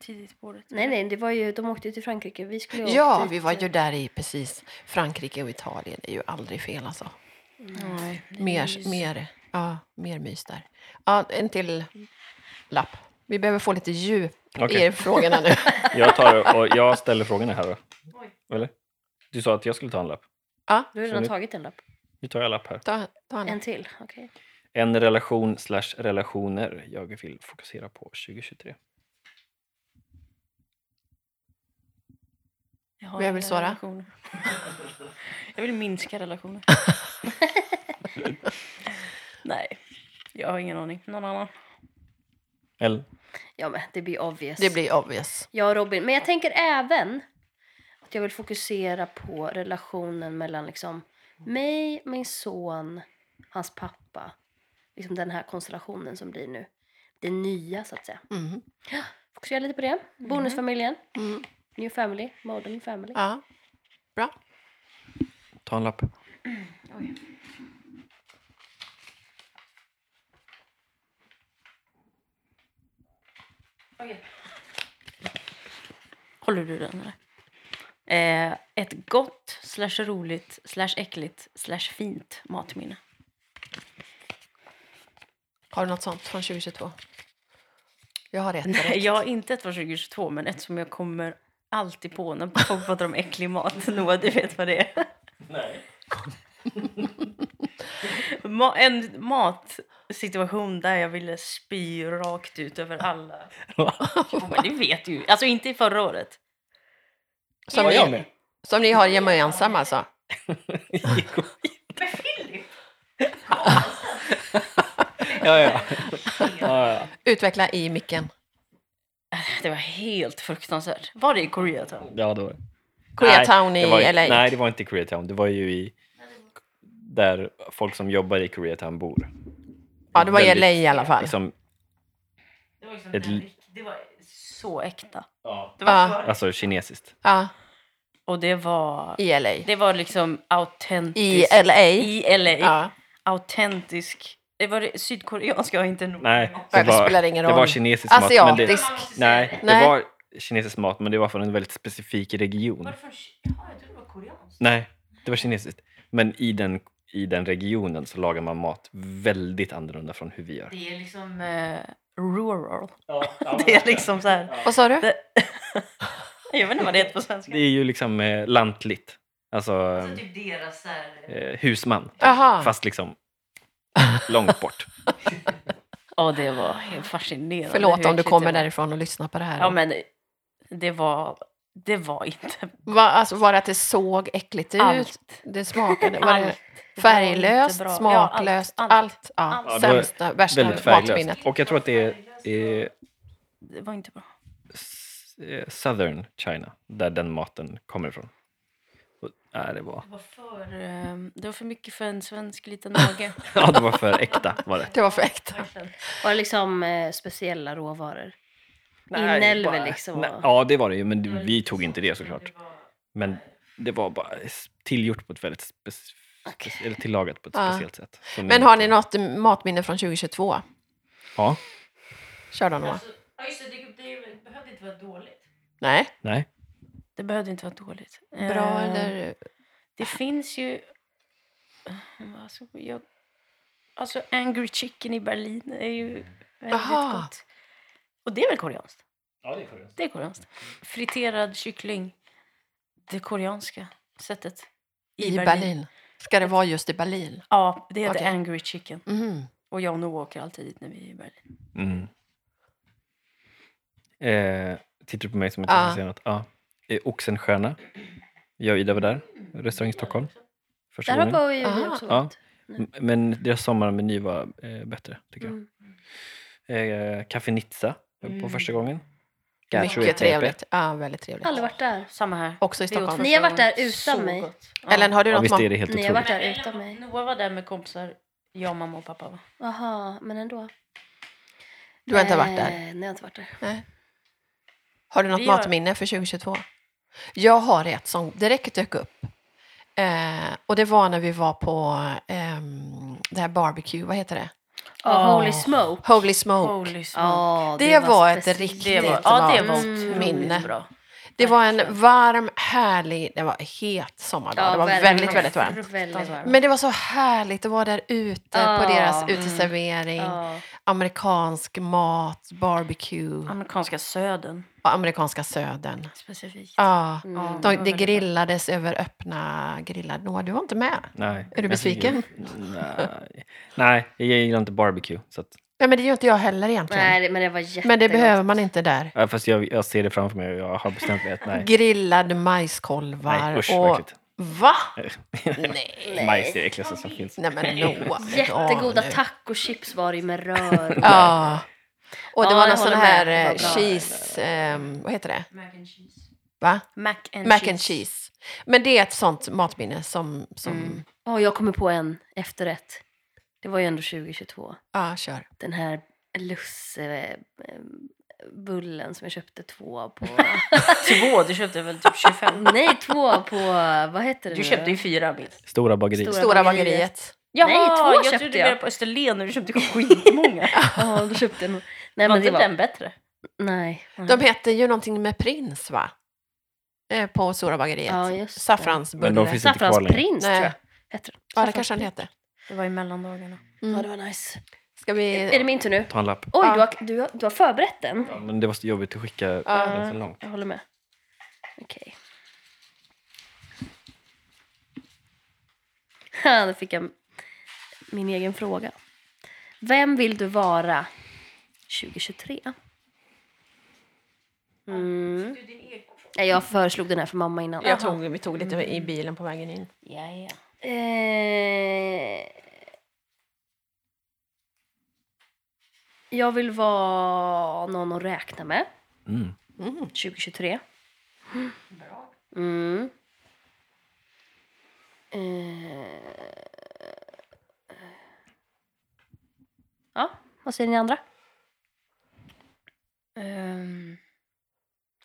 [SPEAKER 4] Tidigt på året.
[SPEAKER 2] Nej, nej, det var ju, de åkte ju till Frankrike. Vi skulle ju ha åkt
[SPEAKER 3] Ja,
[SPEAKER 2] dit,
[SPEAKER 3] vi var ju
[SPEAKER 2] eh,
[SPEAKER 3] där i precis. Frankrike och Italien är ju aldrig fel alltså.
[SPEAKER 4] Nej, det är
[SPEAKER 3] Mer,
[SPEAKER 4] ju-
[SPEAKER 3] mer, ja, mer mys där. Ja, en till lapp. Vi behöver få lite djup
[SPEAKER 1] Okej.
[SPEAKER 3] i
[SPEAKER 1] <laughs>
[SPEAKER 3] frågorna nu.
[SPEAKER 1] Jag tar och jag ställer frågorna här då. Eller? Du sa att jag skulle ta en lapp.
[SPEAKER 3] Ja,
[SPEAKER 2] Du har redan tagit en lapp.
[SPEAKER 1] Nu tar jag en lapp här.
[SPEAKER 3] ta, ta en.
[SPEAKER 2] En till. Okej.
[SPEAKER 1] En relation slash relationer jag vill fokusera på 2023.
[SPEAKER 4] Jag har
[SPEAKER 3] Jag vill
[SPEAKER 4] inga
[SPEAKER 3] svara.
[SPEAKER 4] relationer. jag vill minska <laughs> relationer. Nej, jag har ingen aning. Någon annan?
[SPEAKER 1] Eller?
[SPEAKER 2] Ja, men det blir obvious.
[SPEAKER 3] Det blir obvious.
[SPEAKER 2] Jag och Robin. Men jag tänker även att jag vill fokusera på relationen mellan liksom mig, min son, hans pappa. Liksom den här konstellationen som blir nu. Det nya, så att säga.
[SPEAKER 3] Mm.
[SPEAKER 2] Fokusera lite på det. Bonusfamiljen.
[SPEAKER 3] Mm. Ah.
[SPEAKER 2] New family. Modern family.
[SPEAKER 3] Ja. Bra.
[SPEAKER 1] Ta en lapp.
[SPEAKER 4] Håller du den eller? Eh, ett gott, slash roligt, slash äckligt, slash fint matminne.
[SPEAKER 3] Har du något sånt från 2022? Jag har ett.
[SPEAKER 4] Nej, jag har inte ett från 2022, men ett som jag kommer alltid på när folk pratar om äcklig mat. <laughs> Noah, du vet vad det är? Nej. <laughs> Ma en matsituation där jag ville spy rakt ut över alla. Jo, men det vet ju. Alltså inte i förra året.
[SPEAKER 3] Som,
[SPEAKER 1] jag
[SPEAKER 3] ni,
[SPEAKER 1] med?
[SPEAKER 3] som ni har gemensam alltså.
[SPEAKER 4] Men Filip!
[SPEAKER 1] Ja,
[SPEAKER 3] <laughs>
[SPEAKER 1] ja. ja, ja.
[SPEAKER 3] Utveckla i micken.
[SPEAKER 4] Det var helt fruktansvärt. Var det i Koreatown?
[SPEAKER 1] ja det var det.
[SPEAKER 3] Koreatown
[SPEAKER 1] Nej,
[SPEAKER 3] i
[SPEAKER 1] det var,
[SPEAKER 3] LA.
[SPEAKER 1] Nej, det var inte Koreatown. Det var ju i... Där folk som jobbar i Koreatown bor.
[SPEAKER 3] ja, det var i
[SPEAKER 1] Väldigt-
[SPEAKER 3] LA i alla fall.
[SPEAKER 1] Liksom,
[SPEAKER 4] Det var, liksom
[SPEAKER 1] Ett li-
[SPEAKER 4] rikt- det var så äkta.
[SPEAKER 1] ja.
[SPEAKER 4] Det var
[SPEAKER 3] Ja.
[SPEAKER 4] så-
[SPEAKER 1] Alltså kinesiskt.
[SPEAKER 3] Ja,
[SPEAKER 4] Och det var,
[SPEAKER 3] i LA.
[SPEAKER 4] det var liksom autentiskt.
[SPEAKER 3] I LA.
[SPEAKER 4] I LA.
[SPEAKER 3] Ja.
[SPEAKER 4] Autentisk. Det var det sydkoreanska och inte nog.
[SPEAKER 1] Nej,
[SPEAKER 3] Det spelar ingen
[SPEAKER 1] det
[SPEAKER 3] roll.
[SPEAKER 1] var kinesisk mat. Men det,
[SPEAKER 3] Asiatisk.
[SPEAKER 1] nej,
[SPEAKER 3] Nej.
[SPEAKER 1] det var kinesisk mat, men det var från en väldigt specifik region.
[SPEAKER 4] Var det från Ki- Ja, jag trodde det var koreanskt.
[SPEAKER 1] Nej, det var kinesiskt. Men i den, i den regionen så lagar man mat väldigt annorlunda från hur vi gör.
[SPEAKER 4] Det är liksom eh, rural.
[SPEAKER 1] Ja,
[SPEAKER 4] <laughs> Det är liksom så här.
[SPEAKER 3] Vad sa du?
[SPEAKER 4] Det, jag vet inte vad det heter på svenska.
[SPEAKER 1] Det är ju liksom eh, lantligt. Alltså
[SPEAKER 4] Alltså typ deras så här...
[SPEAKER 1] eh, husman.
[SPEAKER 3] Jaha.
[SPEAKER 1] Fast liksom
[SPEAKER 3] <laughs>
[SPEAKER 1] långt bort.
[SPEAKER 4] Ja, det var helt fascinerande.
[SPEAKER 3] Förlåt
[SPEAKER 4] hur
[SPEAKER 3] om du
[SPEAKER 4] äckligt
[SPEAKER 3] kommer
[SPEAKER 4] det var.
[SPEAKER 3] därifrån och lyssnar på det här.
[SPEAKER 4] Ja, men det var, det var inte
[SPEAKER 3] Va, alltså, var det att det såg äckligt ut?
[SPEAKER 4] allt.
[SPEAKER 3] Det smakade? Var
[SPEAKER 4] Allt.
[SPEAKER 3] det färglöst,
[SPEAKER 4] Det var inte bra. Ja, allt,
[SPEAKER 3] smaklöst,
[SPEAKER 4] allt,
[SPEAKER 3] allt? allt,
[SPEAKER 4] allt.
[SPEAKER 3] Ja,
[SPEAKER 1] Ja, det var
[SPEAKER 3] sämsta, värsta
[SPEAKER 1] Väldigt färglöst.
[SPEAKER 3] matminnet.
[SPEAKER 1] Och jag tror att det är eh,
[SPEAKER 4] Det var inte bra.
[SPEAKER 1] s- eh, Southern China, där den maten kommer ifrån. Och, nej, det var... <laughs>
[SPEAKER 4] Det var för, ehm, det var för mycket för en svensk liten mage.
[SPEAKER 1] Ja, det var för äkta var
[SPEAKER 3] <laughs>
[SPEAKER 1] det.
[SPEAKER 3] Det var för äkta.
[SPEAKER 4] verkligen.
[SPEAKER 2] Var det liksom eh, speciella råvaror?
[SPEAKER 1] Nej,
[SPEAKER 2] Inälvor
[SPEAKER 1] bara-
[SPEAKER 2] liksom.
[SPEAKER 1] Nej, ja, det var det ju, men det- vi tog inte det såklart. Men det var bara s- tillgjort på ett väldigt spec- spec- eller tillagat på ett
[SPEAKER 3] Ja.
[SPEAKER 1] speciellt sätt. som
[SPEAKER 3] Men
[SPEAKER 1] inte-
[SPEAKER 3] har ni något matminne från 2022?
[SPEAKER 1] Ja,
[SPEAKER 3] Kör då Noah.
[SPEAKER 4] <laughs> ja, just det, det, det behövde inte vara dåligt.
[SPEAKER 3] Nej, Eh,
[SPEAKER 1] nej.
[SPEAKER 4] Det behövde inte vara dåligt.
[SPEAKER 3] bra
[SPEAKER 4] Ehm,
[SPEAKER 3] eller...
[SPEAKER 4] Det finns ju... Alltså, jag, alltså Angry Chicken i Berlin är ju väldigt
[SPEAKER 3] Aha.
[SPEAKER 4] gott. Och det är väl koreanskt?
[SPEAKER 1] Ja, det är
[SPEAKER 4] Det är koreanskt. Friterad kyckling. Det koreanska sättet.
[SPEAKER 3] I Berlin. Ska det vara just i Berlin?
[SPEAKER 4] Ja, det heter
[SPEAKER 3] Okej.
[SPEAKER 4] Angry Chicken.
[SPEAKER 3] Mm.
[SPEAKER 4] Och jag och Noah åker alltid dit när vi är i Berlin.
[SPEAKER 1] Mm. Eh, tittar du på mig som att
[SPEAKER 3] Ja.
[SPEAKER 1] jag ska säga något? Ja. eh, Oxenstierna. Jag och Ida var där, restaurang i Stockholm. Första
[SPEAKER 2] Där har
[SPEAKER 1] gången.
[SPEAKER 2] bara vi
[SPEAKER 3] Aha.
[SPEAKER 2] också
[SPEAKER 1] Ja.
[SPEAKER 2] varit.
[SPEAKER 1] M- Men deras sommarmeny var eh, bättre, tycker
[SPEAKER 2] Mm.
[SPEAKER 1] jag. Eh, Café Nizza var på
[SPEAKER 4] Mm.
[SPEAKER 1] första gången. Cacio e
[SPEAKER 3] Mycket
[SPEAKER 1] pepe.
[SPEAKER 3] trevligt. Ja, väldigt trevligt.
[SPEAKER 2] Aldrig varit där.
[SPEAKER 4] Samma här.
[SPEAKER 3] Också i
[SPEAKER 4] Vi åt
[SPEAKER 3] Stockholm.
[SPEAKER 4] första
[SPEAKER 2] Ni har varit där
[SPEAKER 4] gången.
[SPEAKER 2] utan
[SPEAKER 4] Så
[SPEAKER 2] mig.
[SPEAKER 4] gott. Ja.
[SPEAKER 3] Ellen, har du
[SPEAKER 1] Ja,
[SPEAKER 3] något
[SPEAKER 1] visst är
[SPEAKER 3] man...
[SPEAKER 1] det helt
[SPEAKER 2] Ni har
[SPEAKER 1] otroligt.
[SPEAKER 2] varit där utan mig.
[SPEAKER 4] Noah var där med kompisar. Jag, mamma och pappa. Va?
[SPEAKER 2] Aha, men ändå.
[SPEAKER 3] Du har inte varit där?
[SPEAKER 2] Eh, Nej, jag har inte varit där.
[SPEAKER 3] Har du något
[SPEAKER 4] Vi har-
[SPEAKER 3] matminne för 2022? Jag har ett som direkt dök upp. Eh, och det var när vi var på ehm, det här barbecue, vad heter det?
[SPEAKER 2] Ja,
[SPEAKER 4] Åh.
[SPEAKER 2] Holy Smoke.
[SPEAKER 3] Holy Smoke.
[SPEAKER 4] Holy smoke.
[SPEAKER 2] Ja,
[SPEAKER 3] Det var ett
[SPEAKER 2] speciellt.
[SPEAKER 3] riktigt
[SPEAKER 4] Det var, ja, det var
[SPEAKER 3] varmt
[SPEAKER 4] otroligt
[SPEAKER 3] minne.
[SPEAKER 4] bra.
[SPEAKER 3] Det var en varm, härlig, det var en het sommardag.
[SPEAKER 2] Ja,
[SPEAKER 3] det var
[SPEAKER 2] verkligen.
[SPEAKER 3] väldigt, väldigt varmt.
[SPEAKER 2] Väldigt varmt.
[SPEAKER 3] Men det var så härligt att vara där ute
[SPEAKER 2] Ja.
[SPEAKER 3] på deras
[SPEAKER 2] Mm.
[SPEAKER 3] uteservering.
[SPEAKER 2] Ja.
[SPEAKER 3] Amerikansk mat, barbecue,
[SPEAKER 4] Amerikanska södern.
[SPEAKER 3] och amerikanska södern.
[SPEAKER 4] Specifikt.
[SPEAKER 3] Ja,
[SPEAKER 2] Mm.
[SPEAKER 4] Ja,
[SPEAKER 3] de,
[SPEAKER 4] var
[SPEAKER 3] det
[SPEAKER 4] väldigt bra.
[SPEAKER 3] grillades över öppna grillar. Noah, du var inte med.
[SPEAKER 1] Nej.
[SPEAKER 3] Är du besviken?
[SPEAKER 1] Nej. <laughs> Nej, jag gillar inte barbecue. Så att,
[SPEAKER 3] Nej, men det gör inte jag heller egentligen.
[SPEAKER 2] Nej, det- men det var jättegott.
[SPEAKER 3] Men det behöver man inte där.
[SPEAKER 1] ja, fast jag, jag ser det framför mig och jag har bestämt mig att nej.
[SPEAKER 3] Grillade majskolvar
[SPEAKER 1] Nej, usch
[SPEAKER 3] och...
[SPEAKER 1] vad äckligt.
[SPEAKER 3] Va?
[SPEAKER 2] Nej.
[SPEAKER 1] Majs är det äckligaste som finns.
[SPEAKER 3] Nej men Noah.
[SPEAKER 2] Jättegoda
[SPEAKER 3] nu.
[SPEAKER 2] tacochips var det med rör.
[SPEAKER 3] <laughs> Ja. Och det
[SPEAKER 2] Ja,
[SPEAKER 3] var
[SPEAKER 2] jag
[SPEAKER 3] någon sån
[SPEAKER 2] håller
[SPEAKER 3] här
[SPEAKER 2] med. Det var
[SPEAKER 3] eh,
[SPEAKER 2] bra.
[SPEAKER 3] cheese... ehm, vad heter det?
[SPEAKER 4] Mac and cheese.
[SPEAKER 3] Va?
[SPEAKER 4] Mac and
[SPEAKER 3] Mac
[SPEAKER 4] cheese.
[SPEAKER 3] and cheese. Men det är ett sånt matminne som... som
[SPEAKER 4] Mm.
[SPEAKER 2] Åh, jag kommer på en efterrätt. Det var ju ändå 2022.
[SPEAKER 3] Ja, kör.
[SPEAKER 2] Den här lussebullen som jag köpte två av på...
[SPEAKER 4] <laughs> Två, du köpte väl
[SPEAKER 2] <laughs>
[SPEAKER 4] typ 25?
[SPEAKER 2] Nej, två av på... Vad heter det
[SPEAKER 4] Du
[SPEAKER 2] nu?
[SPEAKER 4] köpte ju fyra minst.
[SPEAKER 1] Stora bagerier.
[SPEAKER 2] Stora
[SPEAKER 3] Stora
[SPEAKER 2] bageriet.
[SPEAKER 3] bageriet.
[SPEAKER 4] Jaha,
[SPEAKER 2] två
[SPEAKER 4] jag
[SPEAKER 2] köpte
[SPEAKER 4] trodde du
[SPEAKER 2] jag.
[SPEAKER 4] menade på Österlen och du
[SPEAKER 2] <laughs>
[SPEAKER 4] köpte skitmånga.
[SPEAKER 2] Ja, då köpte jag nog... Nej,
[SPEAKER 4] var
[SPEAKER 2] men det
[SPEAKER 4] inte
[SPEAKER 2] var...
[SPEAKER 4] den bättre?
[SPEAKER 2] Nej.
[SPEAKER 3] De hette ju någonting med prins, va? Eh, På Stora bageriet.
[SPEAKER 2] Ja, just det.
[SPEAKER 3] Saffransbulle.
[SPEAKER 1] Men de finns- inte kvar längre.
[SPEAKER 2] Saffransprins, tror
[SPEAKER 3] Nej.
[SPEAKER 2] jag. Heter den.
[SPEAKER 3] Ja, det kanske den hette.
[SPEAKER 4] Det var i mellandagarna.
[SPEAKER 2] Ja,
[SPEAKER 3] Mm.
[SPEAKER 2] det var nice.
[SPEAKER 3] Ska
[SPEAKER 2] Är det
[SPEAKER 3] vi...
[SPEAKER 2] min tur nu?
[SPEAKER 1] Ta en lapp.
[SPEAKER 2] Oj,
[SPEAKER 3] Ja.
[SPEAKER 2] du, har, du, har, du har förberett den.
[SPEAKER 1] Ja, men det var så jobbigt att skicka den så långt.
[SPEAKER 2] Jag håller med. Okej. <laughs> Okay. Då fick jag min egen fråga. Vem vill du vara 2023? Mm. Nej, Jag föreslog den här för mamma innan.
[SPEAKER 3] Jag tog, vi tog lite i bilen på vägen in.
[SPEAKER 4] Ja, ja.
[SPEAKER 2] Eh, jag vill vara någon att räkna med.
[SPEAKER 1] Mm.
[SPEAKER 2] 2023. Mm. Eh. Ja, vad säger ni andra?
[SPEAKER 4] Ehm,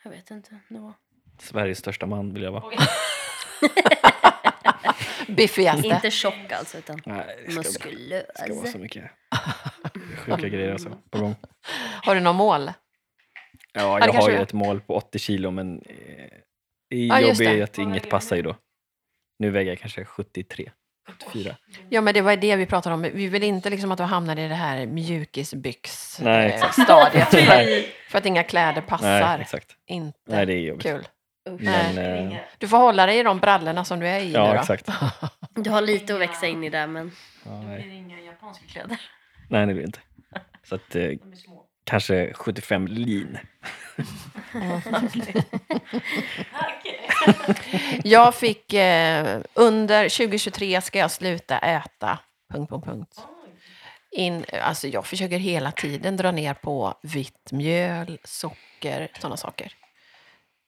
[SPEAKER 4] jag vet inte. Noah.
[SPEAKER 1] Sveriges största man vill jag vara.
[SPEAKER 3] Biffig jäste.
[SPEAKER 2] Inte tjock alltså, utan
[SPEAKER 1] Nej, det ska,
[SPEAKER 2] muskulös.
[SPEAKER 1] ska vara så mycket
[SPEAKER 3] <laughs>
[SPEAKER 1] sjuka grejer alltså, på gång.
[SPEAKER 3] Har du något mål?
[SPEAKER 1] Ja,
[SPEAKER 3] det
[SPEAKER 1] jag har
[SPEAKER 3] kanske
[SPEAKER 1] ju
[SPEAKER 3] är.
[SPEAKER 1] ett mål på 80 kilo, men eh, det
[SPEAKER 3] Ja, just
[SPEAKER 1] jobbiga är
[SPEAKER 3] det.
[SPEAKER 1] ju att inget passar ju då. Nu väger jag kanske 73, 74.
[SPEAKER 3] Ja, men det var det vi pratade om. Vi vill inte liksom att du hamnar i det här mjukisbyx
[SPEAKER 1] Nej,
[SPEAKER 3] eh,
[SPEAKER 1] exakt.
[SPEAKER 3] stadiet. <laughs> för,
[SPEAKER 1] Nej,
[SPEAKER 3] för att inga kläder passar.
[SPEAKER 1] nej, exakt.
[SPEAKER 3] inte
[SPEAKER 1] Nej, det är jobbigt.
[SPEAKER 3] kul.
[SPEAKER 1] Men, eh,
[SPEAKER 3] Du får hålla dig i de brallorna som du är i nu
[SPEAKER 1] ja,
[SPEAKER 3] då. <laughs>
[SPEAKER 1] exakt.
[SPEAKER 2] Du har lite att växa in i där, men
[SPEAKER 1] Ja, nej.
[SPEAKER 4] inga japanska kläder.
[SPEAKER 1] nej, det blir det inte. Så att, eh,
[SPEAKER 4] De är <laughs> små.
[SPEAKER 1] kanske 75 lean.
[SPEAKER 3] Jag fick eh, under 2023 ska jag sluta äta. Punkt, punkt, punkt. In, alltså jag försöker hela tiden dra ner på vitt mjöl, socker, sådana saker.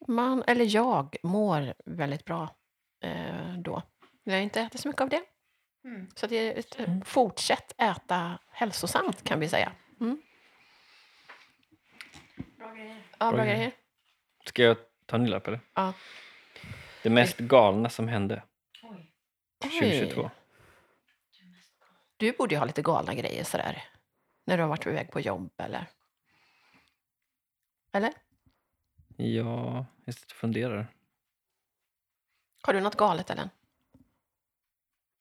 [SPEAKER 3] Man, eller jag, mår väldigt bra eh, då. Jag har inte ätit så mycket av det.
[SPEAKER 4] Mm.
[SPEAKER 3] Så det är ett, fortsätt äta hälsosamt kan vi säga. Mm.
[SPEAKER 4] Bra grejer.
[SPEAKER 3] Ja,
[SPEAKER 1] Bra
[SPEAKER 3] bra
[SPEAKER 1] grejer.
[SPEAKER 3] grejer.
[SPEAKER 1] Ska jag ta en ny lapp eller?
[SPEAKER 3] Ja.
[SPEAKER 1] Det mest galna som hände
[SPEAKER 4] Oj.
[SPEAKER 1] 2022.
[SPEAKER 3] Du borde ju ha lite galna grejer sådär. När du har varit iväg på jobb eller? Eller?
[SPEAKER 1] Ja, jag sitter och funderar.
[SPEAKER 3] Har du något galet Ellen?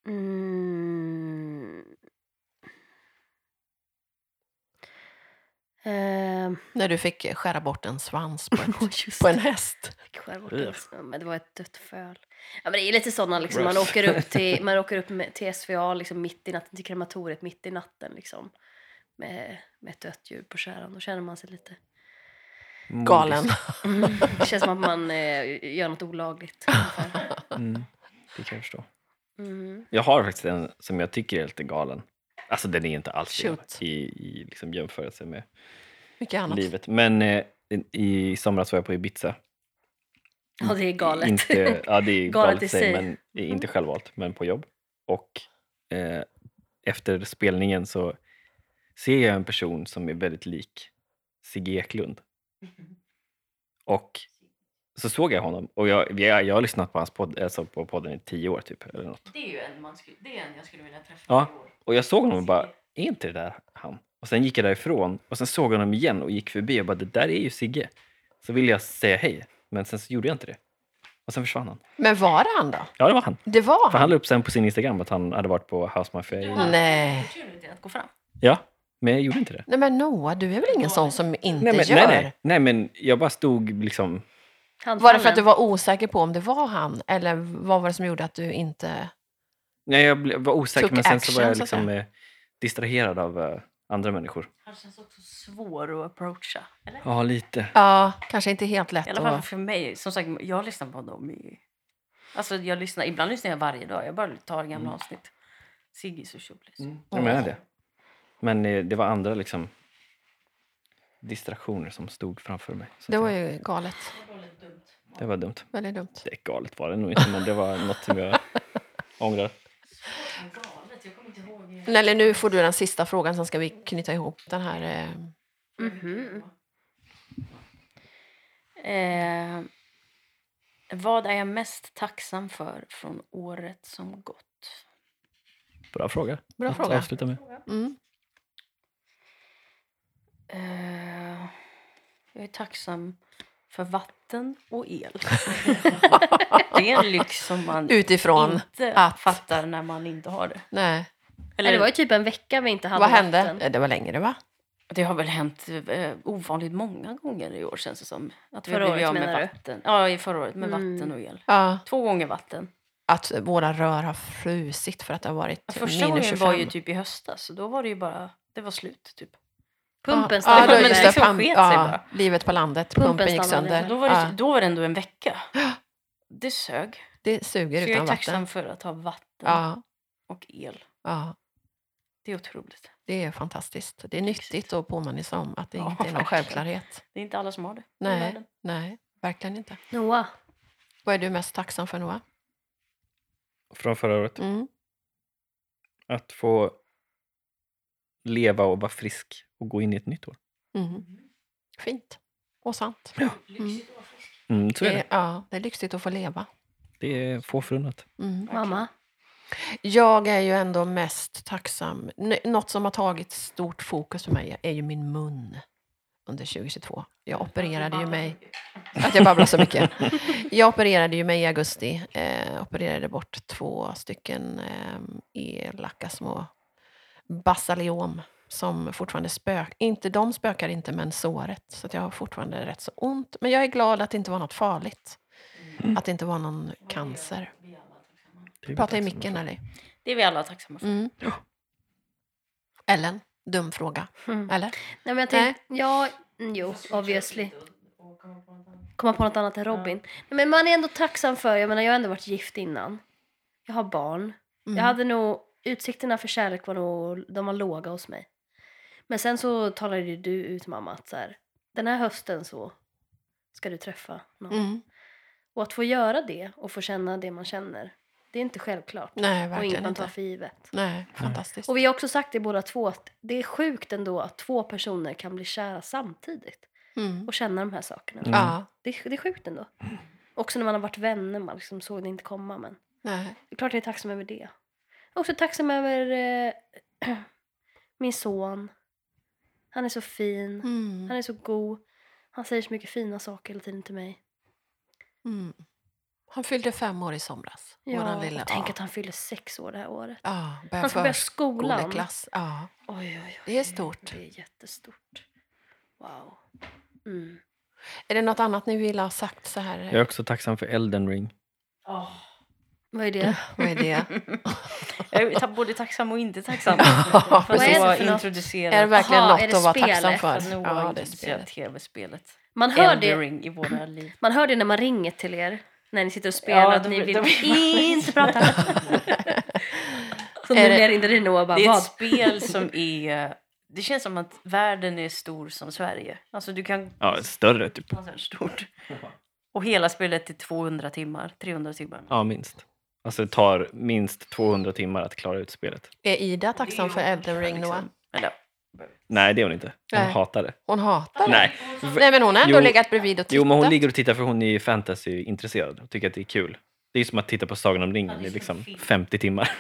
[SPEAKER 2] Mm. Ehm,
[SPEAKER 3] När du fick eh, skära bort en svans
[SPEAKER 1] <laughs>
[SPEAKER 3] på,
[SPEAKER 2] <laughs>
[SPEAKER 3] ett,
[SPEAKER 2] just
[SPEAKER 3] på en häst.
[SPEAKER 2] skär bort den. Ja, liksom. Men det var ett dött föl. Ja, men det är lite sådana, liksom, man
[SPEAKER 1] Rough. <laughs>
[SPEAKER 2] åker upp till, man åker upp med, till SVA liksom, mitt i natten, till krematoriet mitt
[SPEAKER 1] <laughs>
[SPEAKER 2] i natten liksom, med, med ett dött djur på kärran. Då känner man sig lite
[SPEAKER 3] galen.
[SPEAKER 2] Det känns som att man eh, gör
[SPEAKER 1] <laughs>
[SPEAKER 2] något olagligt. ungefär.
[SPEAKER 1] Mm. Det kan jag förstå.
[SPEAKER 2] Mm.
[SPEAKER 1] Jag har faktiskt en som jag tycker är lite galen. Alltså den är inte alls det
[SPEAKER 3] Shoot.
[SPEAKER 1] i, i liksom jämförelse med
[SPEAKER 3] Mycket annat.
[SPEAKER 1] livet. Men eh, i somras var jag på Ibiza.
[SPEAKER 2] Ja, det är galet. <laughs>
[SPEAKER 1] Inte, ja, <laughs> det är galet, i sig, men det är
[SPEAKER 2] Mm.
[SPEAKER 1] inte självvalt, men på jobb. Och eh, efter spelningen så ser jag en person som är väldigt lik Sigge <laughs> Eklund. Och så såg jag honom och jag, jag, jag har lyssnat på hans podd, alltså på podden i tio år typ. Eller något.
[SPEAKER 4] Det är ju en, man skulle, det är en jag skulle vilja träffa
[SPEAKER 1] Ja.
[SPEAKER 4] i år.
[SPEAKER 1] Och jag såg honom och bara, är inte det där han? Och sen gick jag därifrån och sen såg jag honom igen och gick förbi och bara, det där är ju Sigge. Så ville jag säga hej, men sen så gjorde jag inte det. Och sen försvann han.
[SPEAKER 3] Men var det han då?
[SPEAKER 1] Ja, det var han.
[SPEAKER 3] Det var
[SPEAKER 1] För
[SPEAKER 3] han.
[SPEAKER 1] han la upp sen på sin Instagram att han hade varit på House Mafia. i-
[SPEAKER 4] Ja.
[SPEAKER 3] Nej.
[SPEAKER 4] Opportunity att gå fram.
[SPEAKER 1] Ja, men jag gjorde inte det.
[SPEAKER 3] Nej men Noah, du är väl ingen sån som inte
[SPEAKER 1] Nej men,
[SPEAKER 3] gör?
[SPEAKER 1] nej, nej. nej, men jag bara stod liksom...
[SPEAKER 3] Var det för att
[SPEAKER 2] Handfallen.
[SPEAKER 3] du var osäker på om det var han? Eller vad var det som gjorde att du inte...
[SPEAKER 1] Nej, jag ble- var osäker,
[SPEAKER 3] Took
[SPEAKER 1] men sen så
[SPEAKER 3] action,
[SPEAKER 1] var jag
[SPEAKER 3] så att
[SPEAKER 1] liksom
[SPEAKER 3] säga.
[SPEAKER 1] eh, distraherad av eh, andra människor.
[SPEAKER 4] Han känns också svår att approacha. Eller?
[SPEAKER 1] Ja, lite.
[SPEAKER 3] Ja, kanske inte helt lätt
[SPEAKER 4] I alla fall
[SPEAKER 3] att...
[SPEAKER 4] för mig. Som sagt, jag lyssnar på dem i... Alltså jag lyssnar, ibland lyssnar jag varje dag. Jag bara tar gamla
[SPEAKER 1] Mm.
[SPEAKER 4] avsnitt. Sigge är så tjock. liksom.
[SPEAKER 1] Jag menar det. Men eh, det var andra liksom distraktioner som stod framför mig. så att
[SPEAKER 3] Det var
[SPEAKER 1] säga.
[SPEAKER 3] ju galet.
[SPEAKER 1] det var dumt.
[SPEAKER 3] Väldigt dumt.
[SPEAKER 1] Det är galet var det nog inte, men det var något som
[SPEAKER 3] <laughs>
[SPEAKER 1] jag ångrar. Mm.
[SPEAKER 4] Galet, jag kommer inte ihåg.
[SPEAKER 3] Nelly, nu får du den sista frågan, sen ska vi knyta ihop den här. eh.
[SPEAKER 4] Mhm. Eh, vad är jag mest tacksam för från året som gått?
[SPEAKER 1] Bra fråga.
[SPEAKER 3] Bra
[SPEAKER 1] Att
[SPEAKER 3] fråga.
[SPEAKER 1] Avsluta med.
[SPEAKER 3] Mm.
[SPEAKER 4] Eh, jag är tacksam för vatten och el. det är en lyx som man
[SPEAKER 3] Utifrån.
[SPEAKER 4] inte
[SPEAKER 3] att-
[SPEAKER 4] fattar när man inte har det.
[SPEAKER 3] Nej.
[SPEAKER 2] Eller det var ju typ en vecka vi inte hade
[SPEAKER 3] Vad hände?
[SPEAKER 2] vatten.
[SPEAKER 3] Eh, Det var längre, va?
[SPEAKER 4] Det har väl hänt eh, ovanligt många gånger i år känns det som. Att vi har
[SPEAKER 2] Förra året,
[SPEAKER 4] blivit av med
[SPEAKER 2] menar du?
[SPEAKER 4] vatten. Ja, i förra året med
[SPEAKER 2] Mm.
[SPEAKER 4] vatten och el.
[SPEAKER 3] Ja.
[SPEAKER 4] Två gånger vatten.
[SPEAKER 3] Att våra rör har frusit för att det har varit
[SPEAKER 4] Första
[SPEAKER 3] minus
[SPEAKER 4] gången
[SPEAKER 3] 25.
[SPEAKER 4] var ju typ i höstas. Så då var det ju bara, det var slut typ.
[SPEAKER 2] Pumpen
[SPEAKER 3] ja,
[SPEAKER 4] stannade.
[SPEAKER 3] ja,
[SPEAKER 4] Men
[SPEAKER 3] då, just
[SPEAKER 4] det
[SPEAKER 3] det,
[SPEAKER 4] liksom
[SPEAKER 3] pam-
[SPEAKER 4] sket sig
[SPEAKER 3] ja,
[SPEAKER 4] bara.
[SPEAKER 3] livet på landet,
[SPEAKER 2] Pumpen
[SPEAKER 3] pumpen, gick
[SPEAKER 2] stannade.
[SPEAKER 3] sönder.
[SPEAKER 4] Då var, det, typ-
[SPEAKER 3] ja,
[SPEAKER 4] då var det ändå en vecka. Det sög.
[SPEAKER 3] det suger
[SPEAKER 4] Så jag är
[SPEAKER 3] utan
[SPEAKER 4] tacksam
[SPEAKER 3] vatten.
[SPEAKER 4] för att ha vatten
[SPEAKER 3] Ja,
[SPEAKER 4] och el.
[SPEAKER 3] ja,
[SPEAKER 4] Det är otroligt.
[SPEAKER 3] det är fantastiskt. Det är nyttigt att påminna sig om att det
[SPEAKER 4] Ja,
[SPEAKER 3] inte är någon
[SPEAKER 4] verkligen.
[SPEAKER 3] självklarhet.
[SPEAKER 4] Det är inte alla som har det. i
[SPEAKER 3] Nej.
[SPEAKER 4] världen.
[SPEAKER 3] Nej, verkligen inte.
[SPEAKER 2] Noah.
[SPEAKER 3] Vad är du mest tacksam för, Noah?
[SPEAKER 1] Från förra året.
[SPEAKER 3] Mm.
[SPEAKER 1] Att få leva och vara frisk och gå in i ett nytt år.
[SPEAKER 3] Mm. Fint och sant.
[SPEAKER 1] Mm, så är det.
[SPEAKER 3] Det, ja, det är lyxigt att få leva.
[SPEAKER 1] Det är få förunnat.
[SPEAKER 3] Mm.
[SPEAKER 2] Mamma.
[SPEAKER 3] Jag är ju ändå mest tacksam. N- Något som har tagit stort fokus för mig är ju min mun under 2022. Jag opererade ju mig... Att jag babblar så mycket. Jag opererade ju mig i augusti. Eh, opererade bort två stycken eh, elaka små basaliom som fortfarande spökar. Inte de spökar inte, men såret. Så att jag har fortfarande rätt så ont. Men jag är glad att det inte var något farligt. Att det inte var någon cancer.
[SPEAKER 1] Mm. Det är
[SPEAKER 3] Prata i
[SPEAKER 1] tacksam
[SPEAKER 3] micken,
[SPEAKER 1] för.
[SPEAKER 3] Nelly.
[SPEAKER 4] Det är vi alla tacksamma för.
[SPEAKER 3] Mm. Ellen, dum fråga.
[SPEAKER 2] Mm.
[SPEAKER 3] Eller?
[SPEAKER 2] Nej, men jag tänk, ja, mm, jo, obviously. Komma på något annat än Robin. Nej, men man är ändå tacksam för, jag menar jag har ändå varit gift innan. Jag har barn.
[SPEAKER 3] Mm.
[SPEAKER 2] Jag hade nog, utsikterna för kärlek var nog, de var låga hos mig. Men sen så talade ju du ut mamma att så här, den här hösten så ska du träffa någon.
[SPEAKER 3] Mm.
[SPEAKER 2] Och att få göra det och få känna det man känner, det är inte självklart. och
[SPEAKER 3] Nej,
[SPEAKER 2] inget
[SPEAKER 3] verkligen
[SPEAKER 2] man tar
[SPEAKER 3] inte.
[SPEAKER 2] för givet.
[SPEAKER 3] Nej, fantastiskt.
[SPEAKER 2] Och vi har också sagt det båda två att det är sjukt ändå att två personer kan bli kära samtidigt
[SPEAKER 3] Mm.
[SPEAKER 2] och känna de här sakerna.
[SPEAKER 1] Mm.
[SPEAKER 3] Ja,
[SPEAKER 2] Det, är, det är sjukt ändå. Också när man har varit vänner, man liksom såg det inte komma. Men
[SPEAKER 3] nej.
[SPEAKER 2] det är klart jag är tacksam över det. Jag är också tacksam över eh, <clears throat> min son. Han är så fin, han
[SPEAKER 3] Mm.
[SPEAKER 2] är så god. Han säger så mycket fina saker hela tiden till mig.
[SPEAKER 3] Mm. Han fyllde fem år i somras.
[SPEAKER 2] Ja,
[SPEAKER 3] våran lilla.
[SPEAKER 2] och tänk
[SPEAKER 3] ja.
[SPEAKER 2] att han fyller sex år det här året.
[SPEAKER 3] Ja, börjar
[SPEAKER 2] Han ska börja
[SPEAKER 3] förskola-
[SPEAKER 2] skolan.
[SPEAKER 3] klass. Ja.
[SPEAKER 2] Oj, oj, oj.
[SPEAKER 3] Det är stort.
[SPEAKER 2] Det är jättestort. Wow. Mm.
[SPEAKER 3] Är det något annat ni vill ha sagt så här?
[SPEAKER 1] Jag är också tacksam för Elden ring.
[SPEAKER 2] Vad är det?
[SPEAKER 3] Vad är
[SPEAKER 2] <laughs>
[SPEAKER 3] det?
[SPEAKER 4] Jag är ta- både tacksam och inte
[SPEAKER 3] <laughs>
[SPEAKER 4] tacksam.
[SPEAKER 3] Ja,
[SPEAKER 4] för att
[SPEAKER 2] precis. Vad är det för
[SPEAKER 4] Noah
[SPEAKER 2] något?
[SPEAKER 3] är det
[SPEAKER 4] introducerat
[SPEAKER 3] verkligen
[SPEAKER 2] Jaha, är
[SPEAKER 3] något
[SPEAKER 2] det
[SPEAKER 3] att vara
[SPEAKER 2] spelet?
[SPEAKER 3] tacksam
[SPEAKER 4] för att
[SPEAKER 3] för?
[SPEAKER 4] Noah har
[SPEAKER 3] Ja, det är
[SPEAKER 4] introducerat
[SPEAKER 3] spelet.
[SPEAKER 4] tv-spelet.
[SPEAKER 2] Man hör, det,
[SPEAKER 4] Eldering
[SPEAKER 3] <laughs>
[SPEAKER 4] i våra liv.
[SPEAKER 2] man hör det när man ringer till er. När ni sitter och spelar.
[SPEAKER 4] Ja,
[SPEAKER 2] att
[SPEAKER 4] då
[SPEAKER 2] ni
[SPEAKER 4] blir-
[SPEAKER 2] vill
[SPEAKER 4] då blir <laughs>
[SPEAKER 2] inte prata. Så nu
[SPEAKER 4] Är det-
[SPEAKER 2] ler inte Rino och bara
[SPEAKER 4] Det är
[SPEAKER 2] vad?
[SPEAKER 4] ett spel som är... Det känns som att världen är stor som Sverige. Alltså du kan...
[SPEAKER 1] Ja, större typ.
[SPEAKER 4] Så här Stort. Och hela spelet är 200 timmar, 300 timmar.
[SPEAKER 1] Ja, minst. Alltså det tar minst 200 timmar att klara ut spelet.
[SPEAKER 3] Är Ida tacksam för
[SPEAKER 4] Det är
[SPEAKER 3] Elden Ring, Noah?
[SPEAKER 4] liksom- Eller,
[SPEAKER 1] Nej, det är hon inte. Hon
[SPEAKER 3] Nej.
[SPEAKER 1] hatar det.
[SPEAKER 3] Hon hatar det.
[SPEAKER 1] Nej.
[SPEAKER 3] Nej, men hon har ändå
[SPEAKER 1] Jo.
[SPEAKER 3] legat bredvid och tittat.
[SPEAKER 1] Jo, men hon ligger och tittar för hon är ju fantasy-intresserad och tycker att det är kul. Det är som att titta på Sagan om ringen i liksom 50 timmar.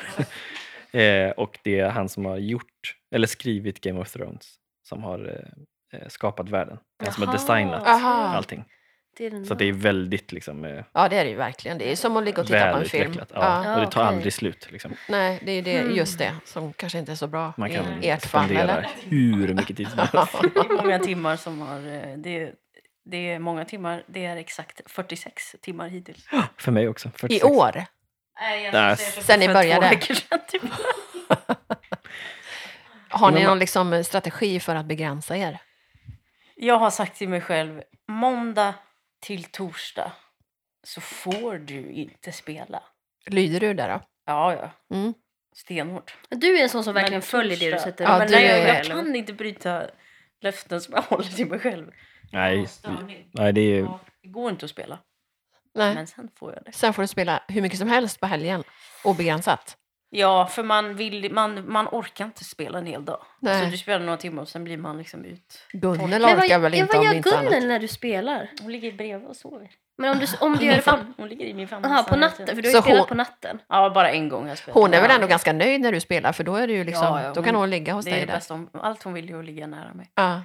[SPEAKER 1] <laughs> eh, och det är han som har gjort, eller skrivit Game of Thrones som har eh, eh, skapat världen. Det är han som har
[SPEAKER 2] Jaha.
[SPEAKER 1] designat
[SPEAKER 3] Aha.
[SPEAKER 1] allting.
[SPEAKER 2] Det är den
[SPEAKER 1] Så att det är väldigt liksom, eh,
[SPEAKER 3] Ja, det är det ju verkligen. Det är som att ligga och titta på en film.
[SPEAKER 1] välutvecklat. Ja.
[SPEAKER 2] Ja,
[SPEAKER 1] Och det tar
[SPEAKER 2] okej.
[SPEAKER 1] aldrig slut. Liksom.
[SPEAKER 3] Nej, det är ju det,
[SPEAKER 2] Mm.
[SPEAKER 3] just det som kanske inte är så bra
[SPEAKER 1] Man kan
[SPEAKER 3] i ert fall.
[SPEAKER 1] spendera
[SPEAKER 3] Eller?
[SPEAKER 1] hur mycket tid som
[SPEAKER 3] <laughs>
[SPEAKER 1] helst.
[SPEAKER 4] det är många timmar som har... eh, Det är, det är många timmar. Det är exakt 46 timmar hittills.
[SPEAKER 1] För mig också.
[SPEAKER 3] I
[SPEAKER 1] 46.
[SPEAKER 3] år?
[SPEAKER 4] Nej, jag
[SPEAKER 1] Nej,
[SPEAKER 4] säger
[SPEAKER 3] sen ni
[SPEAKER 4] för
[SPEAKER 3] började.
[SPEAKER 4] Två veckor sedan, typ.
[SPEAKER 3] Har ni
[SPEAKER 1] Men-
[SPEAKER 3] någon liksom strategi för att begränsa er?
[SPEAKER 4] Jag har sagt till mig själv, måndag till torsdag så får du inte spela.
[SPEAKER 3] Lyder du där då?
[SPEAKER 4] Ja, ja.
[SPEAKER 3] Mm.
[SPEAKER 4] Stenhårt.
[SPEAKER 2] Du är en sån som
[SPEAKER 4] Men
[SPEAKER 2] verkligen följer det du
[SPEAKER 4] torsdag-
[SPEAKER 2] sätter
[SPEAKER 3] Ja,
[SPEAKER 4] men
[SPEAKER 3] du
[SPEAKER 4] nej, jag,
[SPEAKER 3] är-
[SPEAKER 4] jag kan inte bryta löften som jag håller till mig själv.
[SPEAKER 1] Nej,
[SPEAKER 4] Störning.
[SPEAKER 1] nej, det är ju...
[SPEAKER 4] Ja, Det går inte att spela,
[SPEAKER 3] Nej.
[SPEAKER 4] men sen får jag det.
[SPEAKER 3] Sen får du spela hur mycket som helst på helgen, obegränsat.
[SPEAKER 4] Ja, för man, vill, man, man orkar inte spela en hel dag.
[SPEAKER 3] Nej.
[SPEAKER 4] Så du spelar några timmar och sen blir man liksom ut.
[SPEAKER 3] Gunnel
[SPEAKER 2] Men vad,
[SPEAKER 3] orkar väl
[SPEAKER 2] ja,
[SPEAKER 3] inte
[SPEAKER 2] vad
[SPEAKER 3] om
[SPEAKER 2] gör
[SPEAKER 3] inte annat.
[SPEAKER 2] Gunnel när du spelar?
[SPEAKER 4] Hon ligger bredvid och sover.
[SPEAKER 2] Men om du, om du
[SPEAKER 4] I
[SPEAKER 2] gör det
[SPEAKER 4] min
[SPEAKER 2] på,
[SPEAKER 4] famn. Hon ligger i min famn.
[SPEAKER 2] aha,
[SPEAKER 4] Så
[SPEAKER 2] på
[SPEAKER 4] jag vet
[SPEAKER 2] natten,
[SPEAKER 4] inte.
[SPEAKER 2] för du har
[SPEAKER 3] Så
[SPEAKER 2] ju spelat
[SPEAKER 3] hon-
[SPEAKER 2] på natten.
[SPEAKER 4] Mm. Ja, bara en gång har jag spelat.
[SPEAKER 3] Hon är väl
[SPEAKER 4] Ja.
[SPEAKER 3] ändå ganska nöjd när du spelar för då, är det ju liksom,
[SPEAKER 4] Ja, ja,
[SPEAKER 3] då kan
[SPEAKER 4] hon-
[SPEAKER 3] hon ligga hos
[SPEAKER 4] Det är
[SPEAKER 3] dig
[SPEAKER 4] det
[SPEAKER 3] där.
[SPEAKER 4] bästa. Hon, allt hon vill är att ligga nära mig.
[SPEAKER 3] Ja,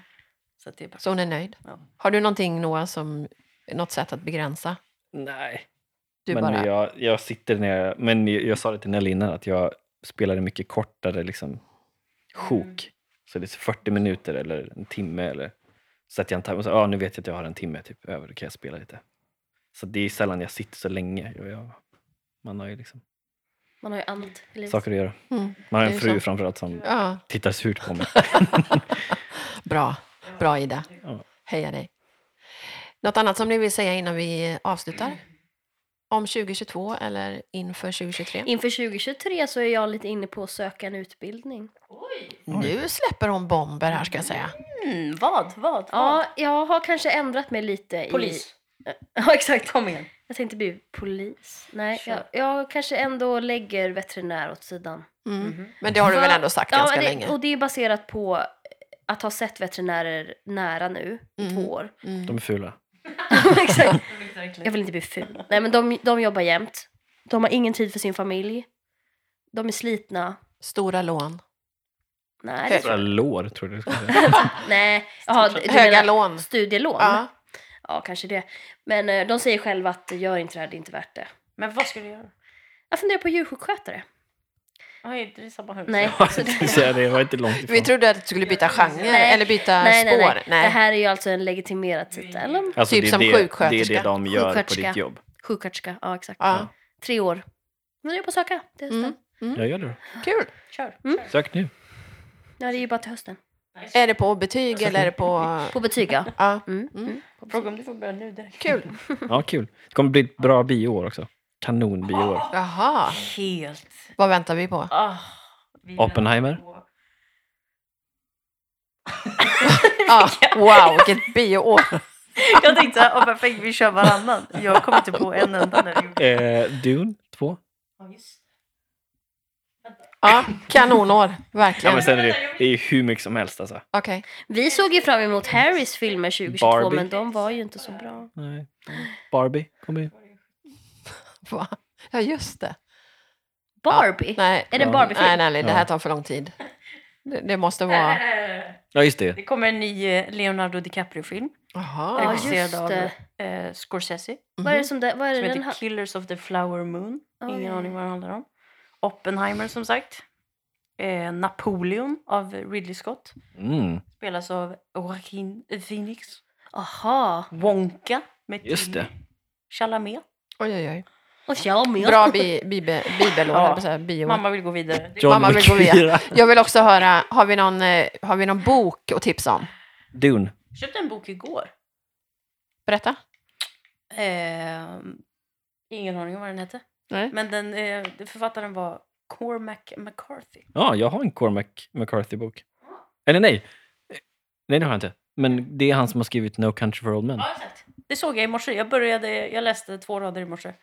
[SPEAKER 4] Så, att det är bra.
[SPEAKER 3] så hon är nöjd.
[SPEAKER 4] Ja.
[SPEAKER 3] Har du någonting Noah, som, något sätt att begränsa?
[SPEAKER 1] Nej.
[SPEAKER 3] Du
[SPEAKER 1] men
[SPEAKER 3] bara,
[SPEAKER 1] jag, jag sitter när jag, men jag, jag sa det till Nelly innan att jag spelade mycket kortare liksom, sjok.
[SPEAKER 4] Mm.
[SPEAKER 1] Så det är 40 minuter eller en timme. Eller, så att jag inte, och så, ah, nu vet jag att jag har en timme typ, över, då kan jag spela lite. Så det är sällan jag sitter så länge. Jag, jag, man har ju liksom
[SPEAKER 2] Man har ju annat i livet.
[SPEAKER 1] saker att göra.
[SPEAKER 3] mm,
[SPEAKER 1] Man har
[SPEAKER 3] Det
[SPEAKER 1] en
[SPEAKER 3] är
[SPEAKER 1] fru
[SPEAKER 3] så.
[SPEAKER 1] framförallt som
[SPEAKER 3] ja,
[SPEAKER 1] tittar surt på mig.
[SPEAKER 3] <laughs> bra. Bra Ida.
[SPEAKER 1] Ja.
[SPEAKER 3] Heja dig. Något annat som ni vill säga innan vi avslutar? Om 2022 eller inför 2023?
[SPEAKER 2] Inför 2023 så är jag lite inne på att söka en utbildning.
[SPEAKER 3] Nu släpper hon bomber här ska jag säga.
[SPEAKER 4] Mm, vad? Vad? vad?
[SPEAKER 2] Ja, jag har kanske ändrat mig lite. I,
[SPEAKER 4] <laughs> Polis.
[SPEAKER 2] ja, exakt.
[SPEAKER 4] Kom igen.
[SPEAKER 2] Jag tänkte bli polis. Nej, jag,
[SPEAKER 4] Kör.
[SPEAKER 2] jag kanske ändå lägger veterinär åt sidan.
[SPEAKER 3] Mm.
[SPEAKER 4] Mhm.
[SPEAKER 3] Men det har du väl
[SPEAKER 2] Va?
[SPEAKER 3] ändå sagt
[SPEAKER 2] Ja,
[SPEAKER 3] ganska
[SPEAKER 2] det,
[SPEAKER 3] länge?
[SPEAKER 2] och det är baserat på att ha sett veterinärer nära nu i
[SPEAKER 3] Mm.
[SPEAKER 2] två år. <laughs>
[SPEAKER 1] De är fula.
[SPEAKER 2] exakt. Jag
[SPEAKER 4] Jag vill-
[SPEAKER 2] vill inte bli ful. Nej men de, de jobbar jämt. De har ingen tid för sin familj. De är slitna.
[SPEAKER 3] Stora lån.
[SPEAKER 2] Nej, det tror
[SPEAKER 1] Stora
[SPEAKER 2] jag.
[SPEAKER 1] lår tror jag du skulle
[SPEAKER 3] <laughs>
[SPEAKER 1] säga.
[SPEAKER 2] inte. <laughs> Nej. Jaha, du
[SPEAKER 3] Höga
[SPEAKER 2] menar
[SPEAKER 3] lån.
[SPEAKER 2] Studielån? Ja.
[SPEAKER 3] Ja.
[SPEAKER 2] kanske det. Men eh, de säger själva att gör inte det här, det är inte värt det.
[SPEAKER 4] Men vad ska du göra?
[SPEAKER 2] Jag funderar på djursjukskötare.
[SPEAKER 4] Oj, det är samma hus.
[SPEAKER 2] Nej.
[SPEAKER 1] Jag tänkte säga det, det var inte långt
[SPEAKER 3] Vi
[SPEAKER 1] ifrån.
[SPEAKER 3] trodde att du skulle byta genre
[SPEAKER 2] Nej.
[SPEAKER 3] eller byta
[SPEAKER 2] nej, nej,
[SPEAKER 3] spår.
[SPEAKER 2] nej, Det här är ju alltså en legitimerad titel.
[SPEAKER 1] Alltså,
[SPEAKER 3] typ
[SPEAKER 1] det är
[SPEAKER 3] som
[SPEAKER 1] det, Det är
[SPEAKER 3] sjuksköterska.
[SPEAKER 1] det de gör på
[SPEAKER 2] Sjuksköterska.
[SPEAKER 1] ditt jobb.
[SPEAKER 2] Sjuksköterska, ja exakt.
[SPEAKER 3] Ja.
[SPEAKER 2] Tre år. Nu är jag på att söka. Det är, hösten.
[SPEAKER 3] Mm.
[SPEAKER 1] Jag gör det. då.
[SPEAKER 3] Kul.
[SPEAKER 4] Kör.
[SPEAKER 1] Sök nu.
[SPEAKER 2] ja, det är ju bara till hösten.
[SPEAKER 3] Är det på betyg
[SPEAKER 1] Alltså,
[SPEAKER 3] eller är det på...
[SPEAKER 2] På betyg ja.
[SPEAKER 3] Ja.
[SPEAKER 2] Mm.
[SPEAKER 3] Mm.
[SPEAKER 4] Fråga om du får börja nu direkt.
[SPEAKER 3] Kul.
[SPEAKER 1] Ja, kul. Det kommer bli ett bra bioår också. Kanonbioår.
[SPEAKER 3] Jaha.
[SPEAKER 4] Helt.
[SPEAKER 3] Vad väntar
[SPEAKER 2] <laughs>
[SPEAKER 3] vi på?
[SPEAKER 4] Ah, vi
[SPEAKER 1] Oppenheimer?
[SPEAKER 4] väntar på-
[SPEAKER 3] Ja. Wow, vilket bioår.
[SPEAKER 4] Jag tänkte, oh, perfekt, vi kör varannan. Jag kom inte på en enda när vi gjorde det.
[SPEAKER 1] Eh, Dune 2.
[SPEAKER 4] Ja, just.
[SPEAKER 3] Ja, kanonår.
[SPEAKER 1] Ja,
[SPEAKER 3] Verkligen.
[SPEAKER 1] men sen är det, det är ju hur mycket som helst alltså.
[SPEAKER 3] Okej. <laughs>
[SPEAKER 2] Vi såg ju fram emot Harrys filmer 2022
[SPEAKER 1] Barbie.
[SPEAKER 2] men de var ju inte så bra.
[SPEAKER 1] Nej. Barbie kommer ju.
[SPEAKER 3] Va? Ja, just det.
[SPEAKER 2] Barbie?
[SPEAKER 3] Nej,
[SPEAKER 2] Är det en
[SPEAKER 1] Ja.
[SPEAKER 2] Barbie-film?
[SPEAKER 3] nej, nej, nej, det här
[SPEAKER 1] Ja.
[SPEAKER 3] tar för lång tid. Det, det måste vara...
[SPEAKER 1] Ja, just det.
[SPEAKER 4] <laughs> Det kommer en ny eh, Leonardo DiCaprio-film.
[SPEAKER 2] Ja,
[SPEAKER 3] Jaha.
[SPEAKER 2] just
[SPEAKER 4] Regisserad
[SPEAKER 2] det.
[SPEAKER 4] av eh, Scorsese.
[SPEAKER 2] Vad är det som det, vad är det
[SPEAKER 4] Som
[SPEAKER 2] den
[SPEAKER 4] heter
[SPEAKER 2] ha,
[SPEAKER 4] Killers of the Flower Moon.
[SPEAKER 2] Oj.
[SPEAKER 4] Ingen aning vad den handlar om. Oppenheimer som sagt. Eh, Napoleon av Ridley Scott.
[SPEAKER 1] Mm.
[SPEAKER 4] Spelas av Joaquin Phoenix.
[SPEAKER 2] Aha.
[SPEAKER 4] Wonka med
[SPEAKER 1] Just
[SPEAKER 4] Timmy
[SPEAKER 1] det.
[SPEAKER 4] Chalamet.
[SPEAKER 3] Oj, Mhm. oj, oj.
[SPEAKER 2] Och jag med.
[SPEAKER 3] Bra bi, bibe, bibelår,
[SPEAKER 4] Ja.
[SPEAKER 3] höll på att säga, bioår.
[SPEAKER 4] Mamma vill gå vidare. Det-
[SPEAKER 1] John
[SPEAKER 3] Mamma vill gå
[SPEAKER 1] McVie.
[SPEAKER 3] via. Jag vill också höra, har vi någon, eh, har vi någon bok att tipsa om?
[SPEAKER 1] Dune.
[SPEAKER 4] Jag köpte en bok igår.
[SPEAKER 3] Berätta.
[SPEAKER 4] Ehm, ingen aning om vad den hette.
[SPEAKER 3] Nej.
[SPEAKER 4] Men den, eh, författaren var Cormac McCarthy.
[SPEAKER 1] Ja, jag har en Cormac McCarthy-bok. Eller nej. Eh, Nej, det har jag inte. Men det är han som har skrivit No Country for Old Men.
[SPEAKER 4] Ja, exakt. Det såg jag i morse. Jag, började, jag läste två rader i morse.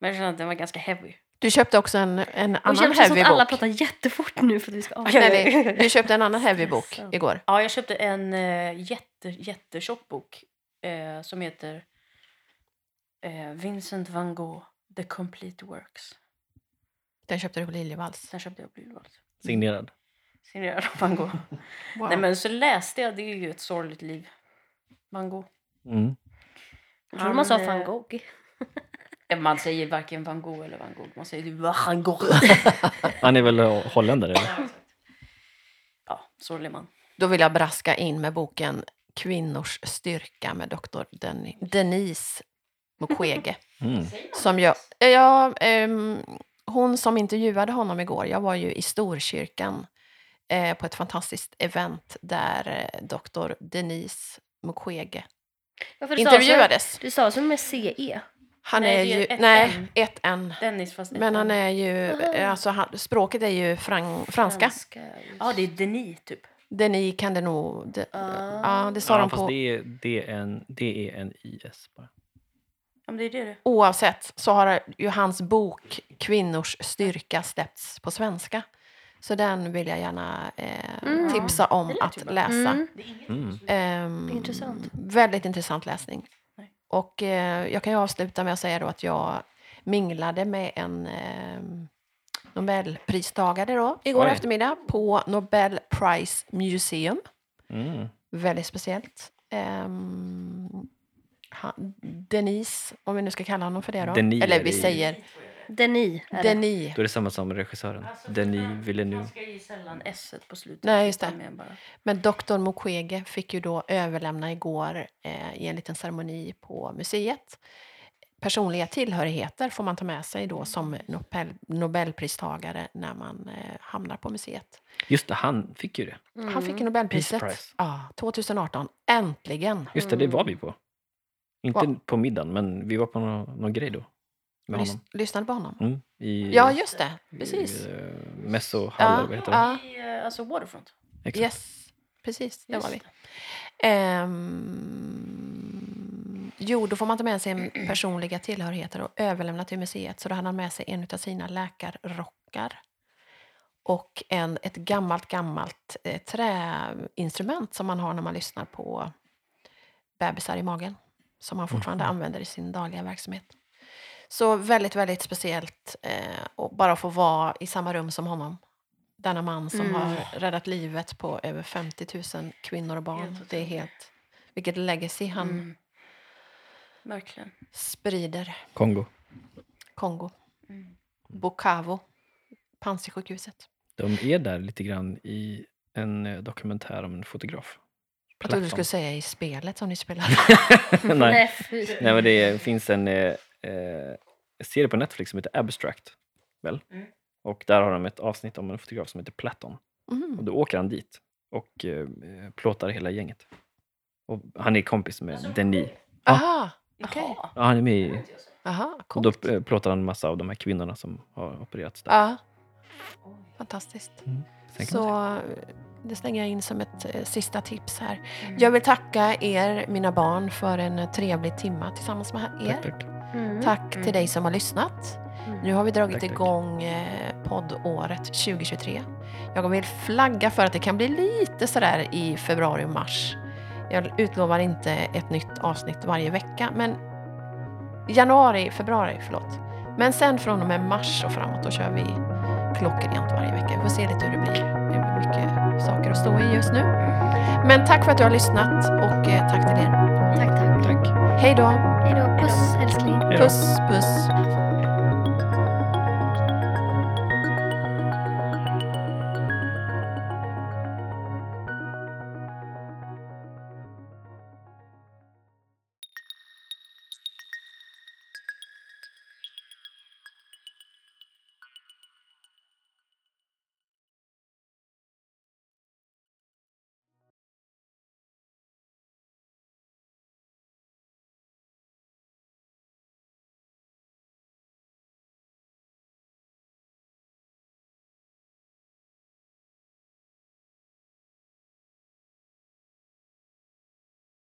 [SPEAKER 4] Men jag kände att den var ganska heavy.
[SPEAKER 3] Du köpte också en, en
[SPEAKER 2] Och det
[SPEAKER 3] annan
[SPEAKER 2] känns som
[SPEAKER 3] heavy
[SPEAKER 2] att alla
[SPEAKER 3] bok.
[SPEAKER 2] pratar jättefort nu för att vi ska avsluta.
[SPEAKER 3] Nej, vi- du köpte en annan heavy bok
[SPEAKER 2] Stressad.
[SPEAKER 3] igår.
[SPEAKER 4] <laughs> Ja, jag köpte en eh, jätte, jättetjock bok eh, som heter eh, Vincent van Gogh, The Complete Works.
[SPEAKER 3] Den köpte du på Liljevalchs.
[SPEAKER 4] Sen köpte jag Blylvalet.
[SPEAKER 1] Signerad.
[SPEAKER 4] Signerad av <laughs> van Gogh.
[SPEAKER 3] <laughs> Wow.
[SPEAKER 4] Nej, men så läste jag, det är ju ett sorgligt liv. Van Gogh.
[SPEAKER 1] Mm.
[SPEAKER 2] Jag trodde man sa
[SPEAKER 4] Han, eh,
[SPEAKER 2] van Gogh.
[SPEAKER 4] Eh, Man säger varken van Gogh eller van Gogh. Man säger ju
[SPEAKER 3] <laughs>
[SPEAKER 4] van Gogh.
[SPEAKER 1] Han är väl eh, holländare? Eller?
[SPEAKER 4] ja, sorglig man.
[SPEAKER 3] Då vill jag braska in med boken Kvinnors styrka med doktor Den- Denise Mukwege.
[SPEAKER 1] Mm.
[SPEAKER 3] som jag, eh, ja, ehm, hon som intervjuade honom igår, jag var ju i Storkyrkan eh, på ett fantastiskt event där eh, doktor Denise Mukwege
[SPEAKER 2] Ja, för det stavas ju-
[SPEAKER 3] intervjuades.
[SPEAKER 2] Det stavas ju med E. CE.
[SPEAKER 3] Han
[SPEAKER 4] Nej,
[SPEAKER 3] är
[SPEAKER 4] det är
[SPEAKER 3] ju,
[SPEAKER 4] ett
[SPEAKER 3] nej,
[SPEAKER 4] N.
[SPEAKER 3] ett N.
[SPEAKER 4] Dennis fast
[SPEAKER 3] Men han är ju,
[SPEAKER 2] Aha.
[SPEAKER 3] alltså han, språket är ju frang, franska.
[SPEAKER 4] Ja, det är Denis typ.
[SPEAKER 3] Denis kan det nog, de,
[SPEAKER 2] Ah.
[SPEAKER 3] ja det sa
[SPEAKER 1] Ja,
[SPEAKER 3] de
[SPEAKER 1] fast
[SPEAKER 3] på,
[SPEAKER 1] det är D-E-N-I-S bara.
[SPEAKER 4] Ja, men det är det det.
[SPEAKER 3] oavsett så har ju hans bok Kvinnors styrka släppts på svenska. Så den vill jag gärna eh,
[SPEAKER 2] Mm.
[SPEAKER 3] tipsa om
[SPEAKER 4] Det lät ju
[SPEAKER 3] att
[SPEAKER 4] bra.
[SPEAKER 3] läsa.
[SPEAKER 2] Mm.
[SPEAKER 1] Mm.
[SPEAKER 3] Ehm,
[SPEAKER 2] Intressant.
[SPEAKER 3] Väldigt intressant läsning.
[SPEAKER 4] Nej.
[SPEAKER 3] Och eh, jag kan ju avsluta med att säga då att jag minglade med en ehm, Nobelpristagare då, igår
[SPEAKER 1] Oj.
[SPEAKER 3] eftermiddag på Nobel Prize Museum.
[SPEAKER 1] Mm.
[SPEAKER 3] Väldigt speciellt. Ehm, han, Denise, om vi nu ska kalla honom för det då.
[SPEAKER 1] Denis
[SPEAKER 3] Eller
[SPEAKER 1] är
[SPEAKER 3] vi
[SPEAKER 1] det ju.
[SPEAKER 3] säger
[SPEAKER 2] Denis är det.
[SPEAKER 3] Denis.
[SPEAKER 1] Då är det samma som regissören. Denis Villeneuve.
[SPEAKER 4] Han ska ju sällan s på slutet.
[SPEAKER 3] Nej, just det.
[SPEAKER 4] Utan mer Bara.
[SPEAKER 3] Men doktor Mukwege fick ju då överlämna igår eh, i en liten ceremoni på museet. Personliga tillhörigheter får man ta med sig då som Nobel, Nobelpristagare när man eh, hamnar på museet.
[SPEAKER 1] Just det, han fick ju det.
[SPEAKER 2] Mm.
[SPEAKER 3] Han fick ju
[SPEAKER 1] Peace
[SPEAKER 3] Nobelpriset
[SPEAKER 1] Prize.
[SPEAKER 3] ja, 2018. Äntligen!
[SPEAKER 1] Just det, det
[SPEAKER 2] Mm.
[SPEAKER 1] var vi på. Inte
[SPEAKER 3] Va?
[SPEAKER 1] på middagen, men vi var på någon, någon grej då. Med
[SPEAKER 3] Lys,
[SPEAKER 1] honom.
[SPEAKER 3] lyssnade på honom.
[SPEAKER 1] Mm. I,
[SPEAKER 3] Ja, just det.
[SPEAKER 1] i,
[SPEAKER 3] Precis.
[SPEAKER 1] eh, Messohall, eller
[SPEAKER 3] Ja,
[SPEAKER 1] vad heter det?
[SPEAKER 3] ja,
[SPEAKER 4] I, eh, alltså Waterfront.
[SPEAKER 1] Exakt.
[SPEAKER 3] yes. Precis, det
[SPEAKER 4] Just
[SPEAKER 3] var vi. Ehm, jo, då får man ta med sig personliga tillhörigheter och överlämna till museet. Så då hade han med sig en av sina läkarrockar och en, ett gammalt, gammalt eh, träinstrument som man har när man lyssnar på bebisar i magen som han
[SPEAKER 1] Mhm.
[SPEAKER 3] fortfarande använder i sin dagliga verksamhet. Så väldigt, väldigt speciellt eh, och bara få vara i samma rum som honom. Denna man som
[SPEAKER 2] Mm.
[SPEAKER 3] har räddat livet på över 50 000 kvinnor och barn.
[SPEAKER 4] Helt
[SPEAKER 3] Det är helt... Vilket legacy han
[SPEAKER 4] Mm. Verkligen.
[SPEAKER 3] sprider.
[SPEAKER 1] Kongo.
[SPEAKER 3] Kongo.
[SPEAKER 4] Mm.
[SPEAKER 3] Bukavu. Panzisjukhuset.
[SPEAKER 1] De är där lite grann i en eh, dokumentär om en fotograf.
[SPEAKER 3] Jag trodde du skulle
[SPEAKER 1] Platon.
[SPEAKER 3] säga i spelet som
[SPEAKER 1] <laughs>
[SPEAKER 3] ni spelar.
[SPEAKER 1] Nej.
[SPEAKER 2] Nej, fy.
[SPEAKER 1] Nej, men det finns en eh, eh, serie på Netflix som heter Abstract. Väl?
[SPEAKER 4] Mm.
[SPEAKER 1] Och där har de ett avsnitt om en fotograf som heter Platon. Och
[SPEAKER 3] Mm.
[SPEAKER 1] då åker han dit och eh, plåtar hela gänget. Och han är kompis med Denis.
[SPEAKER 3] Aha, okej.
[SPEAKER 4] Jaha.
[SPEAKER 1] Ja, han är med i,
[SPEAKER 3] Aha,
[SPEAKER 1] och då
[SPEAKER 3] coolt.
[SPEAKER 1] eh, plåtar han en massa av de här kvinnorna som har opererats där.
[SPEAKER 3] Ja, fantastiskt.
[SPEAKER 1] Sen kan man
[SPEAKER 3] Ah, Så eh, det slänger jag in som ett eh, sista tips här.
[SPEAKER 4] Mm.
[SPEAKER 3] Jag vill tacka er, mina barn, för en eh, trevlig timma tillsammans med
[SPEAKER 1] säga.
[SPEAKER 3] er.
[SPEAKER 1] Tack, tack.
[SPEAKER 2] Mm.
[SPEAKER 3] Tack
[SPEAKER 4] Mm.
[SPEAKER 3] till dig som har lyssnat.
[SPEAKER 2] Mm.
[SPEAKER 3] Nu har vi dragit
[SPEAKER 1] Tack, tack.
[SPEAKER 3] igång eh, poddåret 2023. Jag vill flagga för att det kan bli lite sådär i februari och mars. Jag utlovar inte ett nytt avsnitt varje vecka, men januari, februari, förlåt. Men sen från och med mars och framåt, då kör vi klockrent varje vecka. Vi får se lite hur det blir. Det är mycket saker att stå i just nu. Men tack för att du har lyssnat och eh, tack till er.
[SPEAKER 2] Tack, tack.
[SPEAKER 1] tack.
[SPEAKER 3] Hej då!
[SPEAKER 2] Hej då. Puss, älskling.
[SPEAKER 1] Hej då.
[SPEAKER 3] Puss, puss.